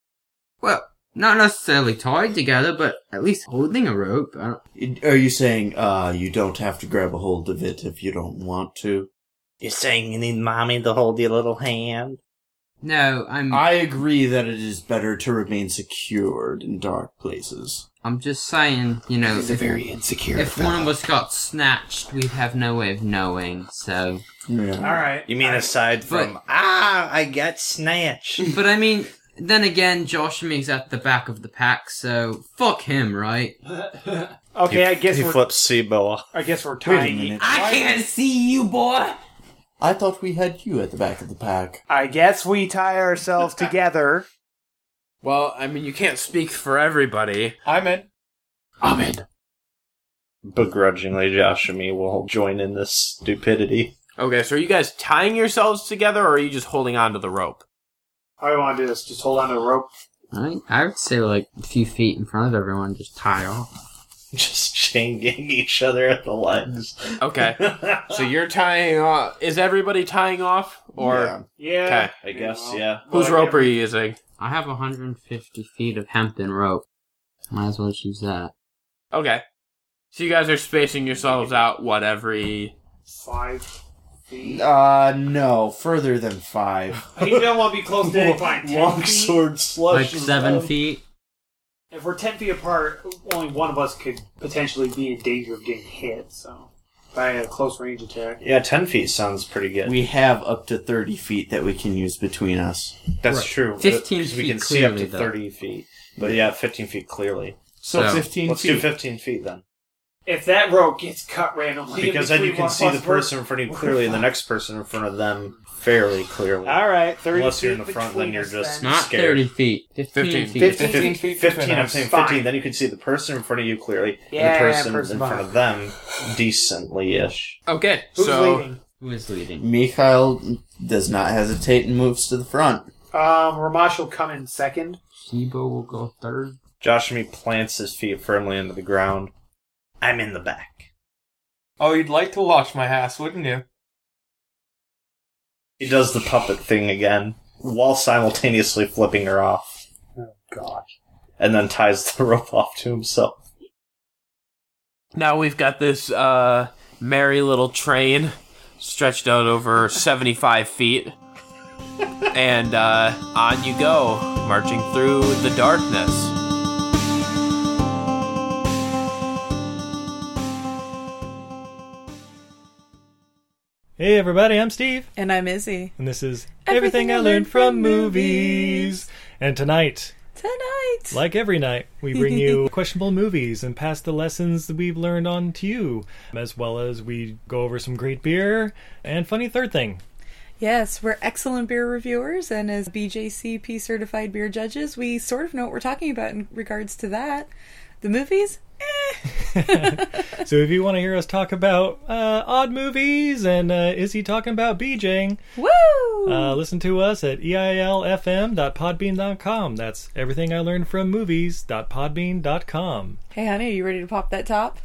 S2: Well, not necessarily tied together, but at least holding a rope. I don't-
S12: Are you saying uh, you don't have to grab a hold of it if you don't want to?
S3: You're saying you need mommy to hold your little hand?
S2: No, I'm.
S12: I agree that it is better to remain secured in dark places.
S2: I'm just saying, you know,
S12: He's a very insecure
S2: If one of us got snatched, we'd have no way of knowing. So,
S8: right.
S1: You mean aside from
S2: ah, I got snatched. But I mean, then again, Josh and me's at the back of the pack, so fuck him, right?
S8: Okay, I guess
S1: he
S8: we're.
S1: flips Sibo.
S8: I guess we're
S12: Wait a
S8: tying.
S12: minute.
S2: I can't see you, boy.
S12: I thought we had you at the back of the pack.
S8: I guess we tie ourselves together.
S4: Well, I mean, you can't speak for everybody.
S10: I'm in.
S1: Begrudgingly, Josh and me will join in this stupidity.
S4: Okay, so are you guys tying yourselves together, or are you just holding on to the rope?
S8: How do you want to do this? Just hold on to the rope.
S2: I, I would say like a few feet in front of everyone, just tie off.
S1: Just chain gang each other at the legs.
S4: Okay, so you're tying off. Is everybody tying off, or
S8: Yeah.
S4: Okay.
S1: I guess, yeah.
S4: whose rope are you using?
S2: I have 150 feet of hempen rope. Might as well just use that.
S4: Okay, so you guys are spacing yourselves out. What every?
S8: Five.
S12: Uh, no, further than five.
S8: He don't want to be close to anybody. Long
S1: sword slush.
S2: Like seven feet.
S8: If we're ten feet apart, only one of us could potentially be in danger of getting hit. So, by a close range attack.
S1: Yeah, 10 feet sounds pretty good.
S12: We have up to 30 feet that we can use between us.
S1: That's
S12: Right.
S1: true.
S12: 15
S1: because we
S12: feet
S1: can see up to
S12: clearly, though.
S1: 30 feet. But yeah, 15 feet clearly.
S12: So So- 15
S1: Let's do
S12: feet.
S1: 15 feet then.
S8: If that rope gets cut randomly,
S1: Because then you
S8: between
S1: can
S8: one
S1: see
S8: of
S1: the
S8: us, we're-
S1: person in front of you clearly and the next person in front of them fairly clearly.
S8: All right, 30
S1: Unless you're in
S8: feet
S1: the front, then
S8: between
S1: you're
S8: us
S1: just
S2: Not
S1: scared.
S2: 30 feet. 15,
S1: 15
S2: feet.
S1: 15,
S8: 15 feet between
S1: I'm
S8: us.
S1: saying 15.
S8: Fine.
S1: Then you can see the person in front of you clearly
S8: Yeah,
S1: and the person,
S8: person
S1: in front of them decently ish.
S4: Okay,
S8: Who's
S4: so
S8: leading?
S2: Who is leading?
S12: Mikhail does not hesitate and moves to the front.
S8: Um, Ramash will come in second.
S2: Sibo will go third.
S1: Josh me plants his feet firmly into the ground. I'm in the back.
S7: Oh, you'd like to wash my ass, wouldn't you?
S1: He does the puppet thing again while simultaneously flipping her off.
S8: Oh gosh.
S1: And then ties the rope off to himself.
S4: Now we've got this uh, merry little train stretched out over 75 feet. and uh, on you go, marching through the darkness.
S13: Hey everybody, I'm Steve,
S14: And I'm Izzy.
S13: and this is
S14: Everything
S13: Everything,
S14: I
S13: I
S14: Learned
S13: Learned from Movies. And tonight,
S14: Tonight.
S13: like every night, we bring you questionable movies and pass the lessons that we've learned on to you, as well as we go over some great beer and funny third thing.
S14: Yes, we're excellent beer reviewers, and as BJCP certified beer judges, we sort of know what we're talking about in regards to that. The movies? Eh.
S13: so if you want to hear us talk about uh, odd movies and uh, is he talking about BJing,
S14: Woo!
S13: uh, listen to us at eilfm.podbean.com. That's everything I learned from movies.podbean.com.
S14: Hey, honey, are you ready to pop that top?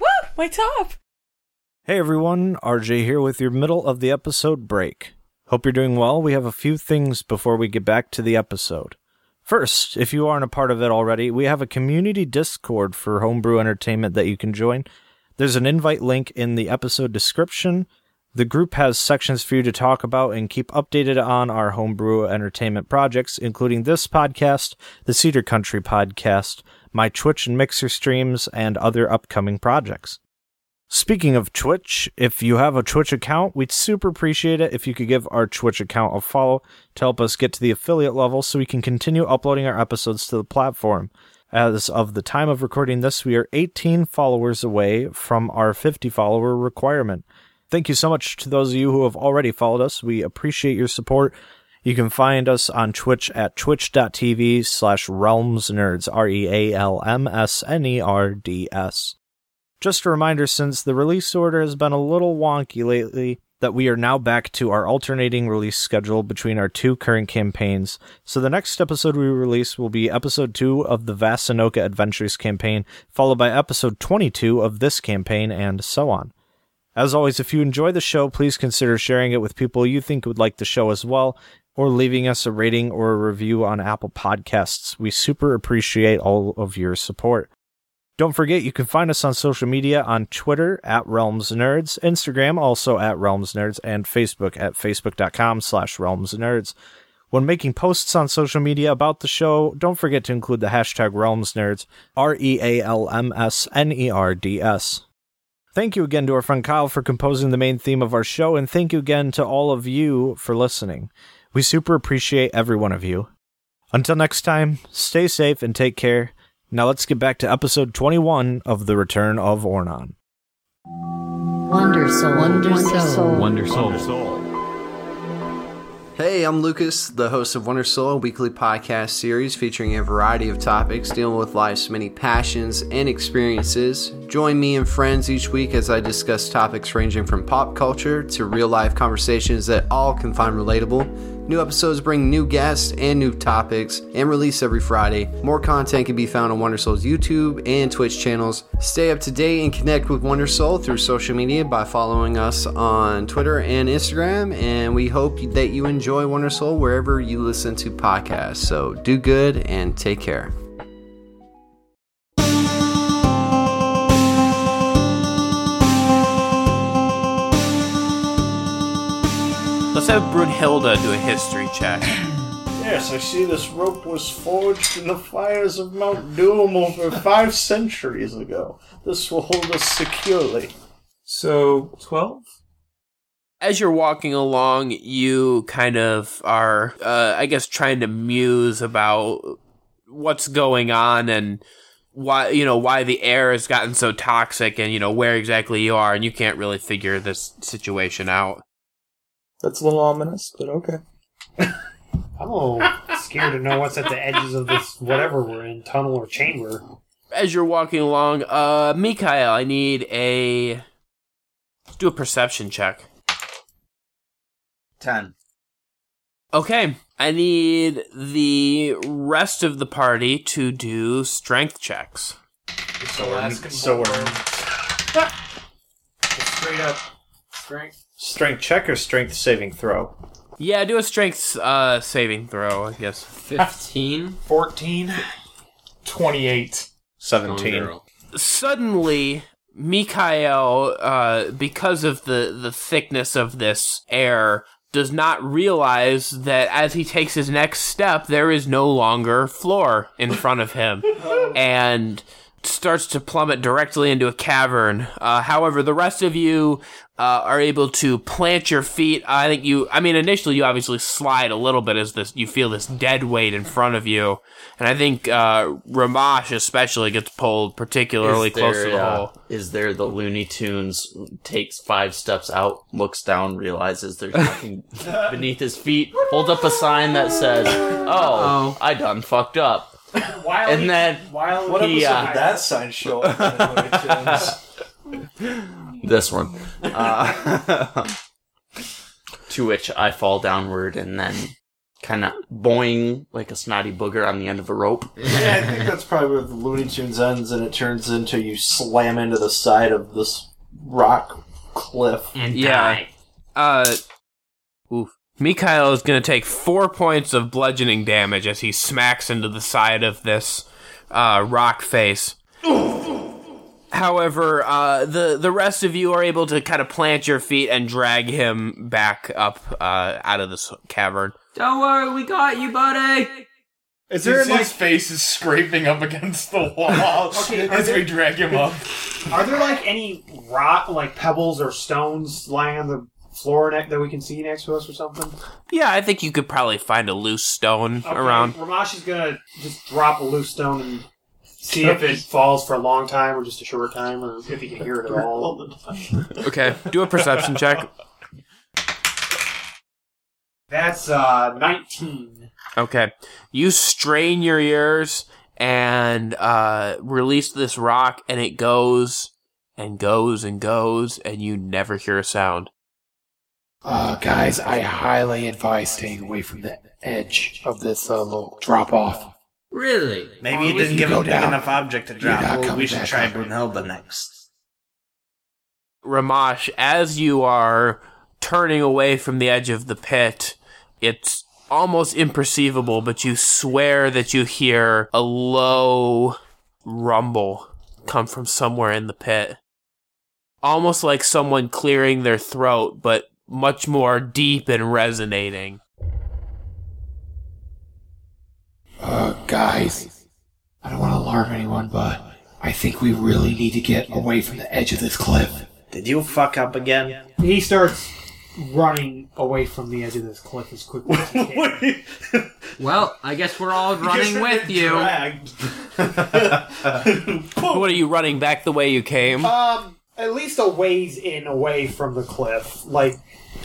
S14: Woo! My top!
S1: Hey everyone, RJ here with your middle of the episode break. Hope you're doing well. We have a few things before we get back to the episode. First, if you aren't a part of it already, we have a community Discord for Homebrew Entertainment that you can join. There's an invite link in the episode description. The group has sections for you to talk about and keep updated on our Homebrew Entertainment projects, including this podcast, the Cedar Country podcast, my Twitch and Mixer streams, and other upcoming projects. Speaking of Twitch, if you have a Twitch account, we'd super appreciate it if you could give our Twitch account a follow to help us get to the affiliate level so we can continue uploading our episodes to the platform. As of the time of recording this, we are 18 followers away from our 50 follower requirement. Thank you so much to those of you who have already followed us. We appreciate your support. You can find us on Twitch at twitch.tv slash realmsnerds, R E A L M S N E R D S. Just a reminder since the release order has been a little wonky lately, that we are now back to our alternating release schedule between our two current campaigns. So the next episode we release will be episode 2 of the Vasanoka Adventures campaign, followed by episode 22 of this campaign, and so on. As always, if you enjoy the show, please consider sharing it with people you think would like the show as well, or leaving us a rating or a review on Apple Podcasts. We super appreciate all of your support. Don't forget, you can find us on social media on Twitter at Realms Nerds, Instagram also at Realms Nerds, and Facebook at facebook.com slash Realms Nerds. When making posts on social media about the show, don't forget to include the hashtag Realms Nerds, R E A L M S N E R D S. Thank you again to our friend Kyle for composing the main theme of our show, and thank you again to all of you for listening. We super appreciate every one of you. Until next time, stay safe and take care. Now let's get back to episode 21 of The Return of Ornon.
S15: Wonder Soul. Wonder Soul. Wonder
S16: Hey, I'm Lucas, the host of Wonder Soul, a weekly podcast series featuring a variety of topics dealing with life's many passions and experiences. Join me and friends each week as I discuss topics ranging from pop culture to real life conversations that all can find relatable. New episodes bring new guests and new topics and release every Friday. More content can be found on Wonder Soul's YouTube and Twitch channels. Stay up to date and connect with Wonder Soul through social media by following us on Twitter and Instagram. And we hope that you enjoy Wonder Soul wherever you listen to podcasts. So do good and take care.
S17: Let's have Brunhilda do a history check.
S18: Yes, I see this rope was forged in the fires of Mount Doom over five centuries ago. This will hold us securely.
S10: So, 12?
S4: As you're walking along, you kind of are, uh, I guess, trying to muse about what's going on and why you know why the air has gotten so toxic and you know where exactly you are and you can't really figure this situation out
S10: That's a little ominous, but okay.
S8: I'm a little scared to know what's at the edges of this whatever we're in, tunnel or chamber.
S4: as you're walking along, uh, Mikhail, I need a. Let's do a perception check.
S19: 10.
S4: Okay, I need the rest of the party to do strength checks.
S18: So we're, so we're
S8: Straight up. Strength.
S1: Strength check or strength saving throw?
S4: Yeah, do a strength uh, saving throw, I guess. 15?
S10: 14? 28.
S1: 17.
S4: suddenly Mikhail, uh, because of the, the thickness of this air, does not realize that as he takes his next step, there is no longer floor in front of him and starts to plummet directly into a cavern. Uh, however, the rest of you uh, are able to plant your feet. I think you, I mean, initially you obviously slide a little bit as this, you feel this dead weight in front of you. And I think uh, Ramash especially gets pulled particularly
S5: Is
S4: close
S5: there,
S4: to the
S5: uh,
S4: hole.
S5: Is there the Looney Tunes takes five steps out, looks down, realizes there's nothing Oh. beneath his feet, holds up a sign that says, "Oh, I done fucked up."
S8: While
S4: And
S8: he-
S4: then
S8: while
S4: What
S8: he,
S4: episode
S8: uh,
S4: did that sign show up
S5: this one. Uh, to which I fall downward and then kind of boing like a snotty booger on the end of a rope.
S1: Yeah, I think that's probably where the Looney Tunes ends, and it turns into you slam into the side of this rock cliff.
S4: yeah.
S1: Uh,
S4: Oof.
S20: Mikhail
S4: is going to take four points of bludgeoning damage as he smacks into the side of this uh, rock face. However, uh, the the rest of you are able to kind of plant your feet and drag him back up uh, out of this cavern.
S2: Don't worry, we got you, buddy.
S10: Is
S2: there,
S10: his,
S2: like-
S10: his face is scraping up against the wall
S8: Okay, are
S10: as
S8: there-
S10: we drag him up?
S8: Are there like any rock, like pebbles or stones lying on the floor ne- that we can see next to us or something?
S4: Yeah, I think you could probably find a loose stone
S8: Okay,
S4: around.
S8: Ramash is gonna just drop a loose stone and see if it falls for a long time or just a short time, or if he can hear it at all.
S4: Okay, do a perception check.
S8: That's uh, nineteen.
S4: Okay. You strain your ears and uh, release this rock, and it goes and goes and goes, and you never hear a sound.
S9: Uh, guys, I highly advise staying away from the edge of this uh, little drop off.
S2: Really?
S3: Maybe you
S9: If
S3: didn't give
S9: go
S3: a big
S9: down,
S3: enough object to
S9: you're
S3: drop.
S9: not
S3: Well,
S9: coming
S3: we should
S9: back
S3: try
S9: up.
S3: Brunhilda next.
S4: Ramash, as you are turning away from the edge of the pit, it's almost imperceivable, but you swear that you hear a low rumble come from somewhere in the pit. Almost like someone clearing their throat, but much more deep and resonating.
S9: Uh, guys, I don't want to alarm anyone, but I think we really need to get away from the edge of this cliff.
S3: Did you fuck up again?
S8: He starts running away from the edge of this cliff as quickly as he can.
S2: Well, I guess we're all running with you.
S4: what are you running back the way you came?
S21: Uh,
S8: um, at least a ways in away from the cliff, like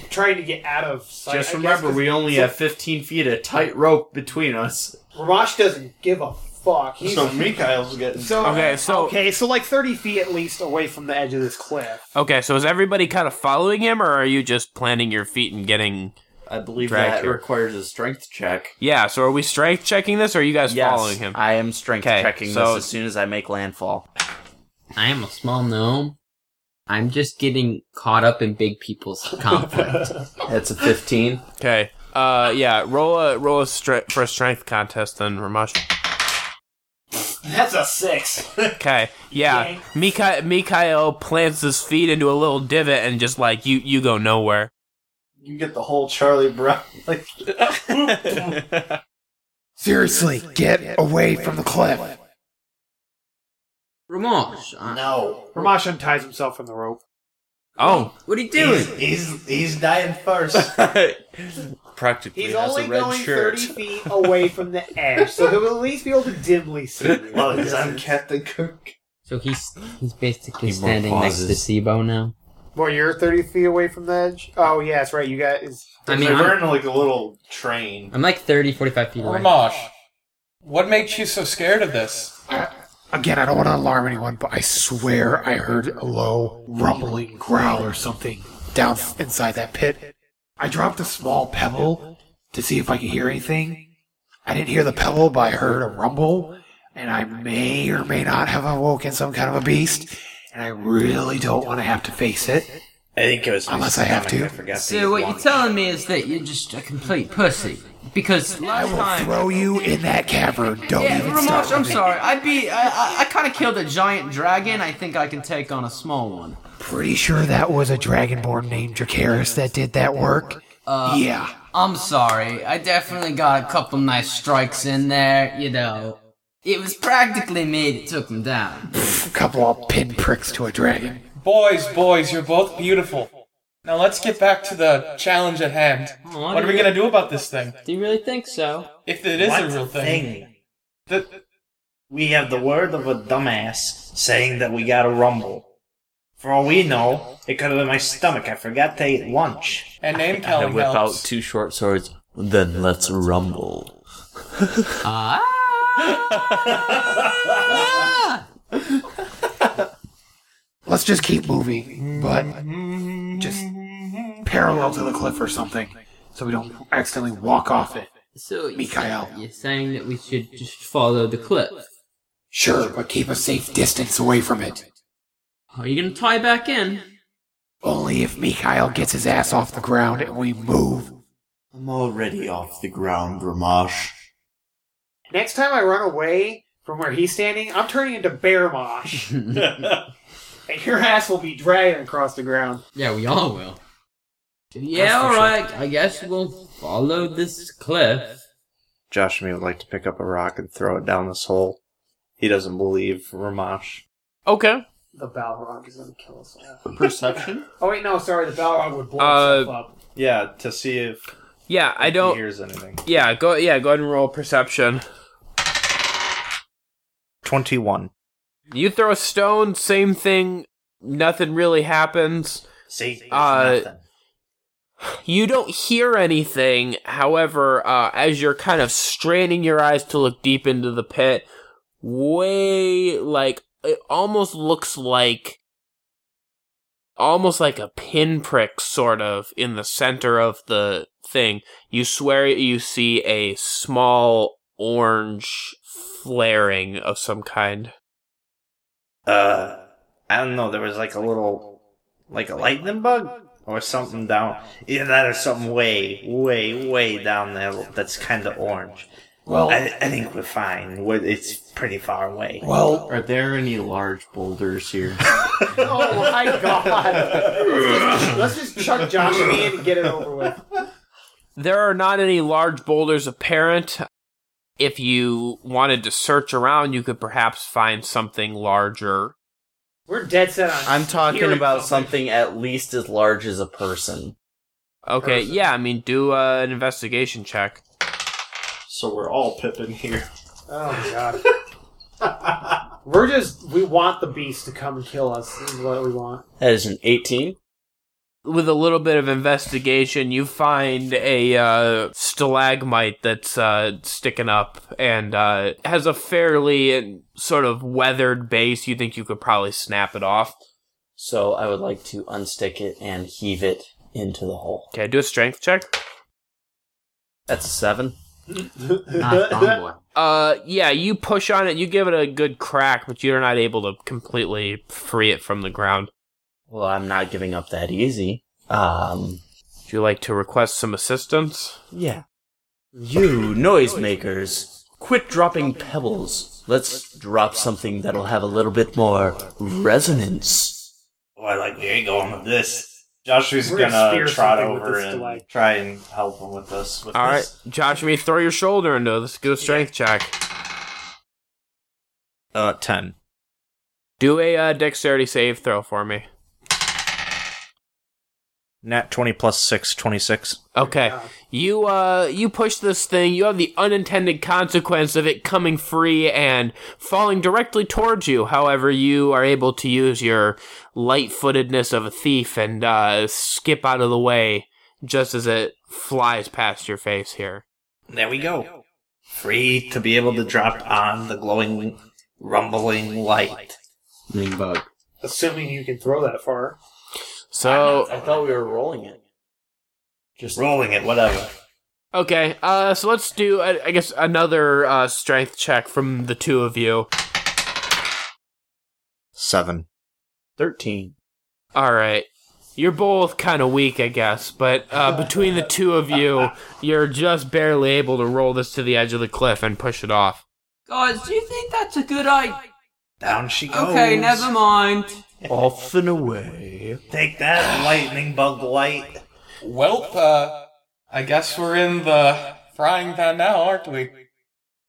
S8: trying to get out of sight.
S21: Just
S8: I guess,
S21: remember,
S8: 'cause-
S21: we only
S8: so
S21: have 15 feet of tight rope between us.
S8: Ramash doesn't give a fuck. He's
S21: So Mikhail's getting-
S8: so
S4: Okay, so-
S8: okay, so like thirty feet at least away from the edge of this cliff.
S4: Okay, so is everybody kind of following him, or are you just planting your feet and getting?
S21: I believe
S4: dragged
S21: that
S4: here?
S21: requires a strength check.
S4: Yeah. So are we strength checking this, or are you guys
S21: Yes,
S4: following him?
S5: I am strength
S4: Okay,
S5: checking
S4: so-
S5: this as soon as I make landfall.
S2: I am a small gnome. I'm just getting caught up in big people's conflict.
S5: That's a 15.
S4: Okay. Uh, yeah. Roll a roll a stre- for a strength contest then, Ramash.
S8: That's a six.
S4: Okay. Yeah. Mika- Mikael plants his feet into a little divot and just like you you go nowhere.
S1: You get the whole Charlie Brown. Like,
S9: Seriously, get away from the cliff.
S2: Ramash.
S1: No.
S8: Ramash unties himself from the rope.
S4: Oh.
S2: What are you doing?
S1: He's he's, dying first.
S4: Practically
S8: He's only going thirty feet away from the edge, so he'll at least be able to dimly see. you.
S1: well, because I'm Captain Kirk.
S2: So he's he's basically
S1: He more
S2: standing
S1: pauses.
S2: next to Sibo now.
S8: Well, you're thirty feet away from the edge. Oh yeah, that's right. You got is.
S2: I mean,
S1: Like,
S2: I'm-
S1: we're in like a little train.
S2: I'm like 30, 45 feet away.
S10: Ramash, what makes you so scared of this?
S9: Again, I don't want to alarm anyone, but I swear I heard a low rumbling growl or something down inside that pit. I dropped a small pebble to see if I could hear anything. I didn't hear the pebble, but I heard a rumble, and I may or may not have awoken some kind of a beast, and I really don't want to have to face it.
S3: I think it was
S9: Unless I have to.
S2: So what you're telling me is that you're just a complete pussy. Because last time,
S9: Throw you in that cavern. Don't
S2: yeah,
S9: even start.
S2: Ramash, I'm sorry. I beat. I, I, I kind of killed a giant dragon. I think I can take on a small one.
S9: Pretty sure that was a dragonborn named Dracaris that did that work.
S2: Uh,
S9: Yeah.
S2: I'm sorry. I definitely got a couple nice strikes in there. You know, it was practically me that took him down.
S9: A couple of pinpricks to a dragon.
S10: Boys, boys, you're both beautiful. Now let's get back to the challenge at hand. What are we gonna do about this thing?
S2: Do you really think so?
S10: If it is
S3: What
S10: a real thing.
S3: We have the word of a dumbass saying that we got a rumble. For all we know, it could have been my stomach. I forgot to eat lunch.
S10: And name
S5: I
S10: calling
S5: whip
S10: helps.
S5: out two short swords. Then let's rumble.
S2: Ah.
S10: Ah!
S9: Let's just keep moving, but just parallel to the cliff or something, so we don't accidentally walk off it.
S2: So you-
S9: Mikhail.
S2: you're saying that we should just follow the cliff.
S9: Sure, but keep a safe distance away from it.
S2: Are you gonna tie back in?
S9: Only if Mikhail gets his ass off the ground and we move.
S22: I'm already off the ground, Ramash.
S8: Next time I run away from where he's standing, I'm turning into bear mosh. and your ass will be dragging across the ground.
S2: Yeah, we all will. Yeah,
S8: That's for
S2: alright, I guess we'll follow this cliff.
S3: Josh and me would like to pick up a rock and throw it down this hole. He doesn't believe Ramash.
S4: Okay.
S8: The Balrog is going to kill us all.
S3: Perception?
S8: Oh, wait, no, sorry. The Balrog would blow
S4: Uh,
S8: itself up.
S3: Yeah, to see if
S4: Yeah, I don't.
S3: he hears anything.
S4: Yeah, go. Yeah, go ahead and roll perception.
S3: 21.
S4: You throw a stone, same thing. Nothing really happens.
S1: See,
S4: uh, you don't hear anything. However, uh, as you're kind of straining your eyes to look deep into the pit, way like it almost looks like almost like a pinprick sort of in the center of the thing you swear you see a small orange flaring of some kind
S3: Uh, I don't know. There was like a little, like a lightning bug or something down. Either that or something way, way, way down there that's kind of orange.
S22: Well-
S3: I, I think we're fine. We're, it's pretty far away.
S22: Well, are there any large boulders here?
S8: Oh my god. Let's just, let's just chuck Josh and me in and get it over with.
S4: There are not any large boulders apparent. If you wanted to search around, you could perhaps find something larger.
S8: We're dead set on.
S5: I'm talking
S8: Here it
S5: about something at least as large as a person.
S4: Okay, yeah, I mean, do uh, an investigation check.
S23: So we're all pipping here.
S8: Oh my god. We're just we want the beast to come and kill us is what we want.
S5: That is an 18.
S4: With a little bit of investigation, you find a uh, stalagmite that's uh, sticking up and uh, has a fairly uh, sort of weathered base. You think you could probably snap it off.
S5: So I would like to unstick it and heave it into the hole.
S4: Okay, do a strength check.
S5: That's a seven.
S21: Ah,
S4: Uh, yeah, you push on it, you give it a good crack, but you're not able to completely free it from the ground.
S5: Well, I'm not giving up that easy. Um,
S4: would you like to request some assistance?
S5: Yeah. You noisemakers, quit dropping pebbles. Let's drop something that'll have a little bit more resonance.
S3: Boy, like we ain't going with this. Joshua's
S1: We're gonna
S3: gonna
S1: spear
S3: trot
S1: something with
S3: over
S1: this
S3: and
S1: delight.
S3: try and help him with this. With
S4: All
S3: this.
S4: right, Josh, me throw your shoulder into this. Do a strength check.
S3: Uh, 10.
S4: Do a uh, dexterity save throw for me.
S3: Nat 20 plus 6, 26.
S4: Okay, you uh, you push this thing. You have the unintended consequence of it coming free and falling directly towards you. However, you are able to use your light-footedness of a thief and uh, skip out of the way just as it flies past your face here.
S3: There we go. Free to be able to drop on the glowing, rumbling light.
S24: Bug.
S8: Assuming you can throw that far.
S1: Oh.
S4: So
S5: I thought we were rolling it.
S3: Just rolling it, whatever.
S4: Okay, uh, so let's do, I, I guess, another uh, strength check from the two of you.
S3: 7.
S5: 13.
S4: All right. You're both kind of weak, I guess, but uh, between the two of you, you're just barely able to roll this to the edge of the cliff and push it off.
S2: Guys, do you think that's a good idea?
S3: Down she goes.
S2: Okay, never mind.
S5: Off and away.
S3: Take that, lightning bug light.
S10: Welp, uh, I guess we're in the frying pan now, aren't we?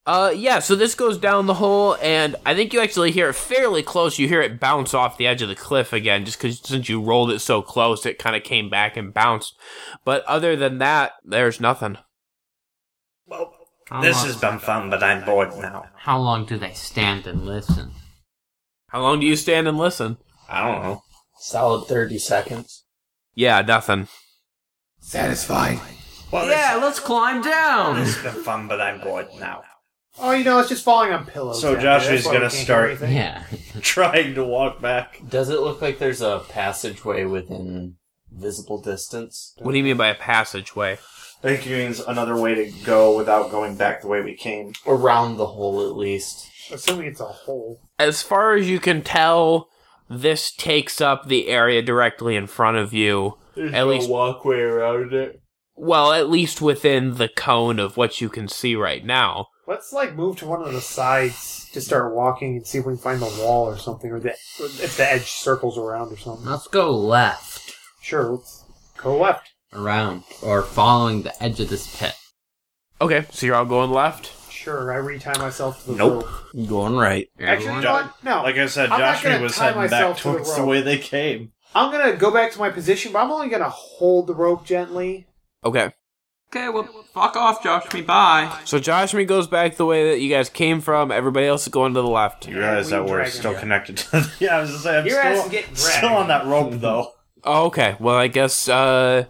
S4: Uh, yeah, so this goes down the hole, and I think you actually hear it fairly close. You hear it bounce off the edge of the cliff again, just because since you rolled it so close, it kind of came back and bounced. But other than that, there's nothing.
S2: How
S3: This
S2: long-
S3: has been fun, but I'm bored now.
S2: How long do they stand and listen?
S4: How long do you stand and listen?
S3: I don't know.
S5: Solid 30 seconds.
S4: Yeah, nothing.
S9: Satisfied.
S3: Well,
S2: yeah, let's climb down.
S9: Oh.
S3: This has been fun, but I'm bored now.
S8: Oh, you know, it's just falling on pillows.
S1: So
S8: down there.
S1: Joshua's
S8: That's why we
S1: gonna
S8: can't hear
S1: start-
S8: anything.
S1: trying to walk back.
S5: Does it look like there's a passageway within visible distance?
S4: What do you mean by a passageway?
S1: I think it means another way to go without going back the way we came.
S5: Around the hole, at least.
S8: Assuming it's a hole.
S4: As far as you can tell, this takes up the area directly in front of you.
S25: There's no
S4: at least
S25: walkway around it.
S4: well, at least within the cone of what you can see right now.
S8: Let's like move to one of the sides to start walking and see if we can find the wall or something, or the or if the edge circles around or something.
S2: Let's go left.
S8: Sure, let's go left.
S2: Around or following the edge of this pit.
S4: Okay, so you're all going left?
S8: Sure, I retie myself to the
S4: Nope.
S8: rope.
S26: Going right.
S8: Actually, you know what? No.
S1: Like I said,
S8: I'm not
S1: Joshua
S8: gonna
S1: was
S8: tie
S1: heading back
S8: myself to the
S1: towards the
S8: rope.
S1: way they came.
S8: I'm gonna go back to my position, but I'm only gonna hold the rope gently.
S4: Okay.
S2: Okay, well, fuck off, Josh. Me bye.
S4: So Joshmi goes back the way that you guys came from. Everybody else is going to the left.
S1: You realize that we're still connected to
S27: Yeah, I was just saying, I'm
S1: Your ass
S27: still,
S1: is getting
S27: still on that rope, though.
S4: Oh, okay. Well, I guess uh,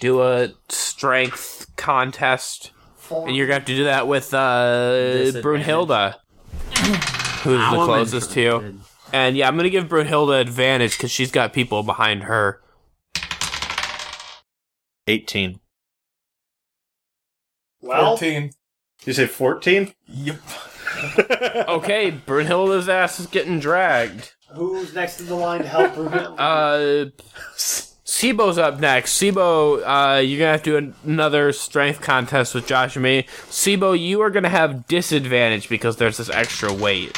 S4: do a strength contest, and you're gonna have to do that with uh,
S10: Disadvantage.
S4: Brunhilda, who's
S10: I'm
S4: the closest to you. And yeah, I'm gonna give Brunhilda advantage because she's got people behind her.
S1: Eighteen.
S8: Well,
S10: 14.
S1: You say fourteen?
S10: Yep.
S4: okay, Brunhilda's ass is getting dragged.
S8: Who's next in the line to help Ruben?
S4: Uh, Sibo's up next. Sibo, uh, you're gonna have to do an- another strength contest with Josh and me. Sibo, you are gonna have disadvantage because there's this extra weight.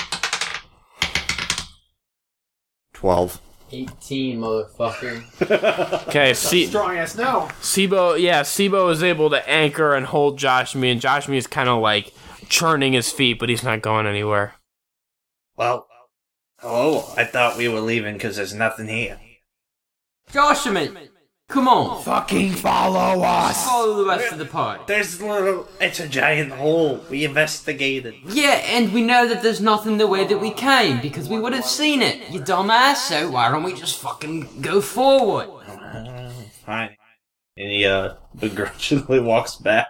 S1: Twelve.
S2: 18, motherfucker.
S4: Okay, see.
S8: Strong ass no.
S4: Sibo, yeah, Sibo is able to anchor and hold Josh and me, and Josh and me is kind of like churning his feet, but he's not going anywhere.
S3: Well, hello. I thought we were leaving because there's nothing here.
S2: Joshman, come on.
S3: Fucking follow us.
S2: Follow the rest of the party.
S3: There's little. It's a giant hole. We investigated.
S2: Yeah, and we know that there's nothing the way that we came because we would have seen it, you dumbass. So why don't we just fucking go forward?
S3: Uh,
S1: Fine. And he uh, begrudgingly walks back.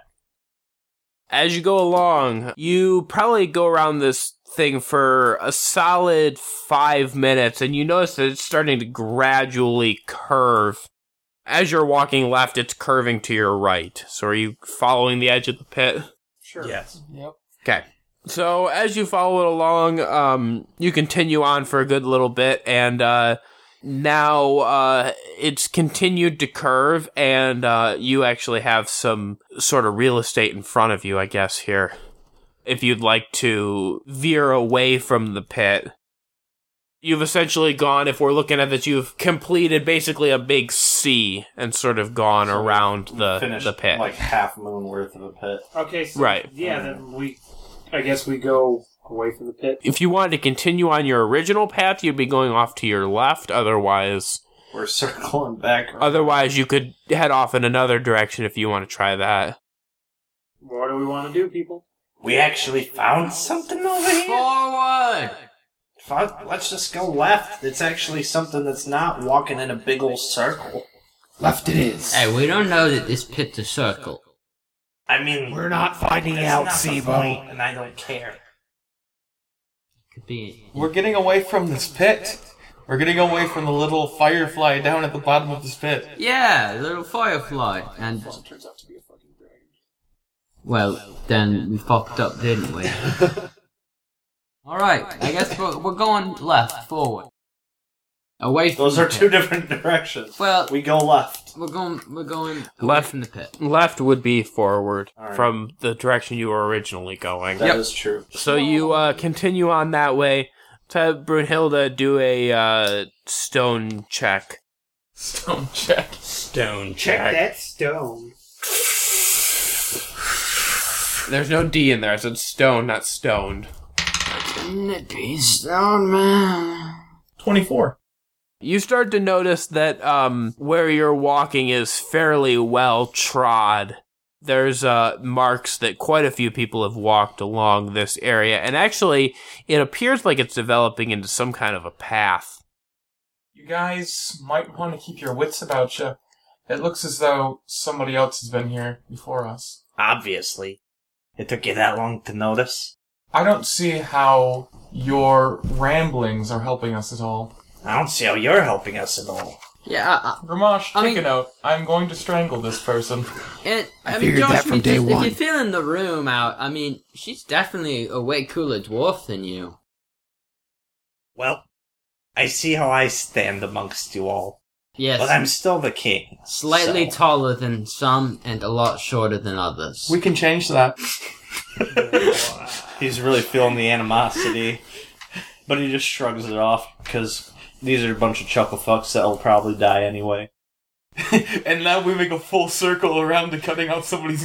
S4: As you go along, you probably go around this thing for a solid five minutes, and you notice that it's starting to gradually curve. As you're walking left, it's curving to your right. So are you following the edge of the pit?
S8: Sure.
S3: Yes.
S4: Yep. Okay. So as you follow it along, um, you continue on for a good little bit, and uh, now uh, it's continued to curve, and uh, you actually have some sort of real estate in front of you, I guess. Here, if you'd like to veer away from the pit, you've essentially gone. If we're looking at that, you've completed basically a big C and sort of gone around the
S1: Finished
S4: the pit.
S1: like half moon worth of a pit.
S8: Okay, so
S4: Right.
S8: Yeah, then we. I guess we go away from the pit.
S4: if you wanted to continue on your original path, you'd be going off to your left. Otherwise,
S1: We're circling back.
S4: otherwise you could head off in another direction if you want to try that.
S8: What do we want to do, people?
S3: We actually found something over here.
S2: Forward.
S3: Fuck, let's just go left. It's actually something that's not walking in a big old circle.
S2: Left it is. Hey, we don't know that this pit's a circle.
S3: I mean,
S9: We're not finding
S3: that's
S9: out,
S3: not the
S9: Sibo.
S3: point, and I don't care.
S2: Could be.
S10: We're getting away from this pit. We're getting away from the little firefly down at the bottom of this pit.
S2: Yeah, little firefly. And
S8: Turns out to be a fucking dragon.
S2: well, then we fucked up, didn't we? All right. I guess we're, we're going left, forward, away. From
S1: Those
S2: the
S1: are two
S2: pit.
S1: different directions.
S2: Well,
S1: we go left.
S2: We're going. We're going
S4: Left
S2: from the pit.
S4: Left would be forward
S1: All right.
S4: from the direction you were originally going.
S1: That is true.
S4: So you uh, continue on that way. To Brunhilda, do a uh, stone check.
S10: Stone check.
S4: Stone
S8: Check that stone.
S4: There's no D in there. I said stone, not stoned.
S2: Nippy stone man.
S10: 24.
S4: You start to notice that um, where you're walking is fairly well trod. There's uh, marks that quite a few people have walked along this area, and actually, it appears like it's developing into some kind of a path.
S10: You guys might want to keep your wits about you. It looks as though somebody else has been here before us.
S3: Obviously. It took you that long to notice.
S10: I don't see how your ramblings are helping us at all.
S28: I don't see how you're helping us at all.
S2: Yeah.
S10: Ramash, take a note. I'm going to strangle this person.
S2: It, I,
S10: I
S2: mean,
S10: figured
S2: Josh, I
S10: that
S2: mean,
S10: from day
S2: just-
S10: one.
S2: If you're feeling the room out, I mean, she's definitely a way cooler dwarf than you.
S3: Well, I see how I stand amongst you all.
S2: Yes.
S3: But I'm still the king.
S2: Slightly
S3: so-
S2: taller than some and a lot shorter than others.
S3: We
S5: can change that.
S3: He's really feeling the animosity. But he just shrugs it off because these are a bunch of chuckle fucks that'll probably die anyway.
S10: and now we make a full circle around to cutting out somebody's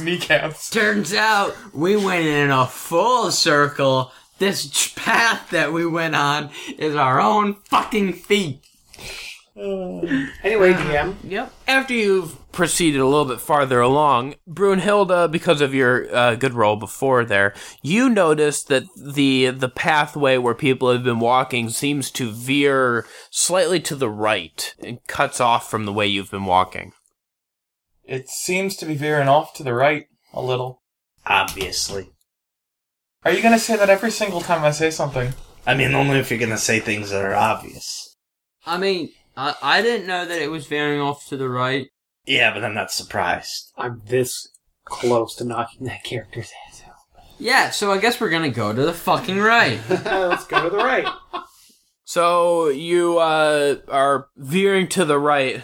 S10: kneecaps.
S2: Turns out we went in a full circle. This ch- path that we went on is our own fucking feet. Uh,
S8: Anyway, DM.
S2: Yep.
S4: After you've proceeded a little bit farther along, Brunhilda, because of your uh, good roll before there, you notice that the the pathway where people have been walking seems to veer slightly to the right and cuts off from the way you've been walking.
S10: It seems to be veering off to the right a little.
S3: Obviously.
S10: Are you gonna say that every single time I say something?
S3: I mean, only if you're gonna say things that are obvious.
S2: I mean, I, I didn't know that it was veering off to the right.
S3: Yeah, but I'm not surprised.
S8: I'm this close to knocking that character's ass out.
S2: Yeah, so I guess we're gonna go to the fucking right.
S8: Uh, Let's go to the right.
S4: So you uh, are veering to the right.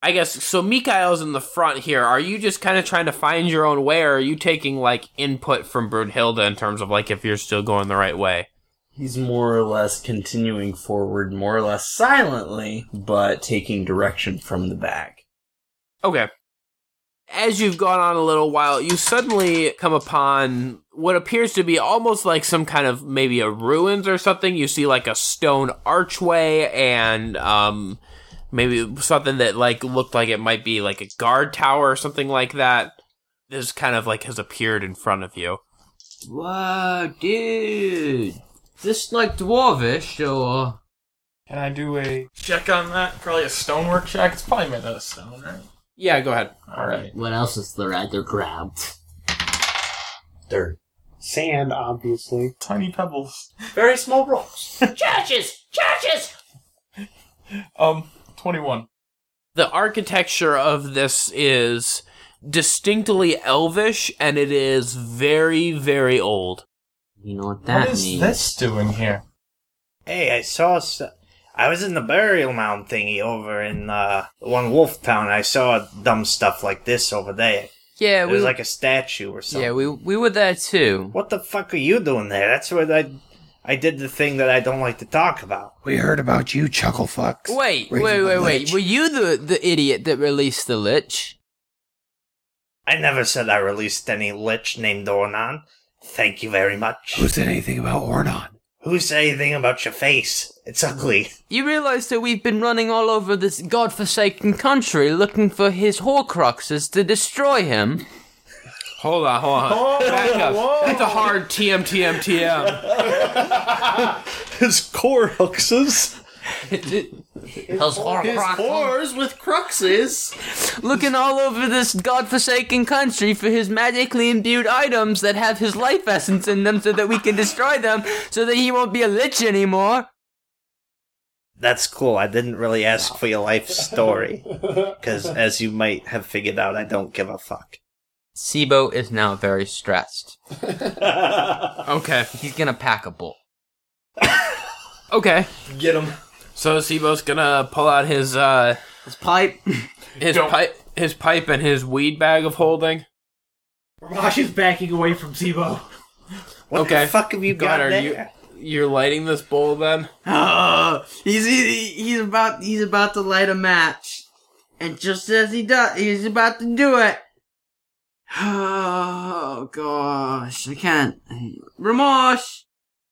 S4: I guess so. Mikhail's in the front here. Are you just kind of trying to find your own way, or are you taking like input from Brunhilda in terms of like if you're still going the right way?
S5: He's more or less continuing forward, more or less silently, but taking direction from the back.
S4: Okay. As you've gone on a little while, you suddenly come upon what appears to be almost like some kind of maybe a ruins or something. You see like a stone archway and um maybe something that like looked like it might be like a guard tower or something like that. This kind of like has appeared in front of you.
S2: Wow, dude. Is this like dwarvish or.
S10: Can I do a check on that? Probably a stonework check. It's probably made out of stone, right?
S4: Yeah, go ahead.
S10: All right.
S2: What else is there at the ground?
S3: Dirt.
S8: Sand, obviously.
S10: Tiny pebbles.
S5: Very small rocks.
S29: Churches! Churches!
S10: Um, twenty-one.
S4: The architecture of this is distinctly elvish and it is very, very old.
S2: You know what
S4: that
S10: what is
S4: means.
S10: this doing here?
S3: Hey, I saw. s I was in the burial mound thingy over in uh, one wolf town. I saw dumb stuff like this over there.
S2: Yeah,
S3: it
S2: we-
S3: was like a statue or something.
S2: Yeah, we we were there too.
S3: What the fuck are you doing there? That's where I, I did the thing that I don't like to talk about.
S9: We heard about you, Chucklefuck.
S2: Wait, wait,
S9: Raising
S2: wait,
S9: the
S2: wait.
S9: lich.
S2: Were you the, the idiot that released the lich?
S3: I never said I released any lich named Ornan. Thank you very much.
S9: Who said anything about Ornon?
S3: Who said anything about your face? It's ugly.
S2: You realize that we've been running all over this godforsaken country looking for his Horcruxes to destroy him?
S4: Hold on, hold
S2: on.
S4: Oh, Back up. That's a hard TM, TM, TM.
S3: His core hooks.
S2: His
S5: whores with cruxes.
S2: Looking all over this godforsaken country for his magically imbued items that have his life essence in them so that we can destroy them so that he won't be a lich anymore.
S3: That's cool. I didn't really ask for your life story. Because, as you might have figured out, I don't give a fuck.
S2: Sibo is now very stressed.
S4: okay.
S2: He's gonna pack a bull.
S4: Okay.
S3: Get him.
S4: So Sibo's gonna pull out his uh
S2: his pipe.
S4: His pipe his pipe and his weed bag of holding.
S8: Ramash is backing away from Sibo.
S4: okay.
S3: fuck have you
S8: got
S4: are
S8: there?
S4: you you're lighting this bowl then?
S2: Oh, he's he- he's about he's about to light a match, and just as he does, he's about to do it. Oh gosh, I can't. Ramosh,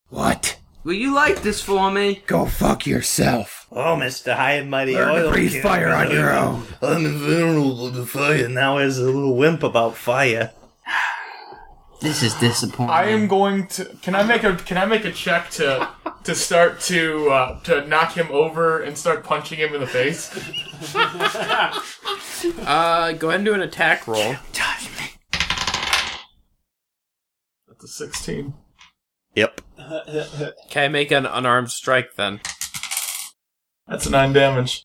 S9: What?
S2: will you light this for me?
S9: Go fuck yourself.
S3: Oh, Mr. High and Mighty
S9: Learn to
S3: Oil
S9: breathe
S3: King.
S9: fire on your own.
S3: I'm invulnerable to fire. Now is a little wimp about fire.
S2: This is disappointing.
S10: I am going to. Can I make a? Can I make a check to to start to uh, to knock him over and start punching him in the face?
S4: Uh go ahead and do an attack roll.
S10: That's a sixteen.
S1: Yep.
S4: Can I make an unarmed strike then?
S10: That's nine damage.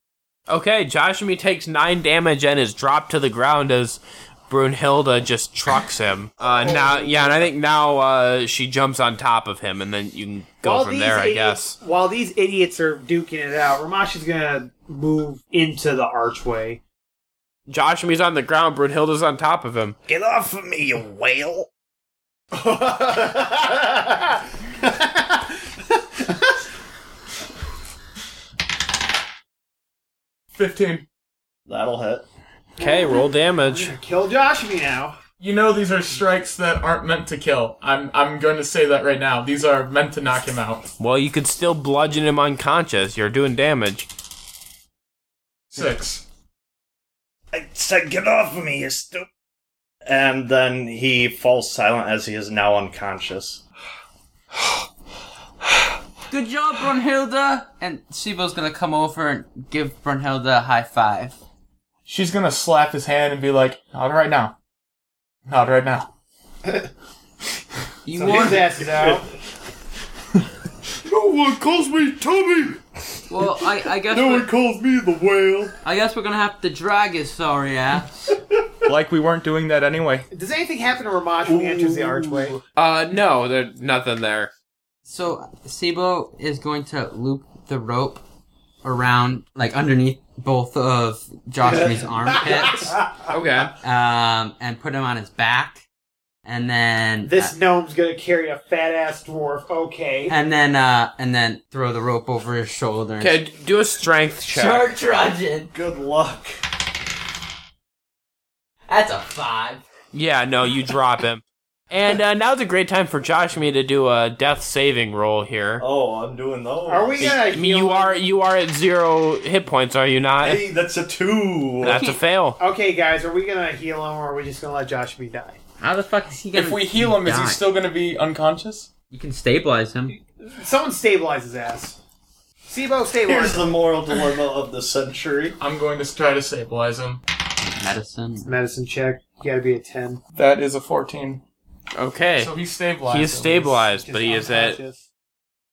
S4: Okay, Joshimi takes nine damage and is dropped to the ground as Brunhilda just trucks him. Uh, now, yeah, and I think now uh, she jumps on top of him, and then you can go
S8: While
S4: from
S8: these
S4: there, I
S8: idiots-
S4: guess.
S8: While these idiots are duking it out, Ramashi's gonna move into the archway.
S4: Joshimi's on the ground. Brunhilda's on top of him.
S3: Get off of me, you whale!
S10: Fifteen.
S1: That'll hit.
S4: Okay, roll damage.
S8: Kill Joshimi now.
S10: You know these are strikes that aren't meant to kill. I'm I'm going to say that right now. These are meant to knock him out.
S4: Well, you could still bludgeon him unconscious. You're doing damage.
S10: Six.
S1: I said, get off of me, you stupid. And then he falls silent as he is now unconscious.
S2: Good job, Brunhilde! And Sibo's gonna come over and give Brunhilde a high five.
S10: She's gonna slap his hand and be like, "Not right now. Not right now."
S2: You
S10: So
S2: want
S10: his ass is out.
S2: no one calls me Tommy! Well, I, I guess. No one
S5: calls me the whale.
S2: I guess we're gonna have to drag his sorry ass.
S10: like we weren't doing that anyway.
S8: Does anything happen to Ramash when he enters the archway?
S4: Uh, no, there's nothing there.
S2: So Sibo is going to loop the rope around, like underneath both of Joshua's armpits.
S4: okay.
S2: Um, and put him on his back, and then uh,
S8: This gnome's gonna carry a fat ass dwarf. Okay.
S2: and then uh, and then throw the rope over his shoulder. and
S4: Okay, do a strength check.
S2: Start trudging.
S5: Good luck.
S2: That's a five.
S4: Yeah, no, you drop him. And uh, now's a great time for Josh and me to do a death saving roll here.
S1: Oh, I'm doing those.
S8: Are we
S4: I
S8: gonna?
S4: mean, you are you are at zero hit points, are you not?
S1: Hey, that's a two.
S4: That's a fail.
S8: Okay, guys, are we gonna heal him or are we just gonna let Joshimi die?
S2: How the fuck is he
S10: If we heal him, is he still going to be unconscious?
S2: You can stabilize him.
S8: Someone stabilize his ass. Sibo,
S5: Here's
S8: stabilize.
S5: the moral dilemma of the century.
S10: I'm going to try to stabilize him.
S2: Medicine.
S8: Medicine check. You gotta be a ten.
S10: That is a 14.
S4: Okay.
S10: So he's stabilized.
S4: He is
S10: at least.
S4: stabilized, but he is at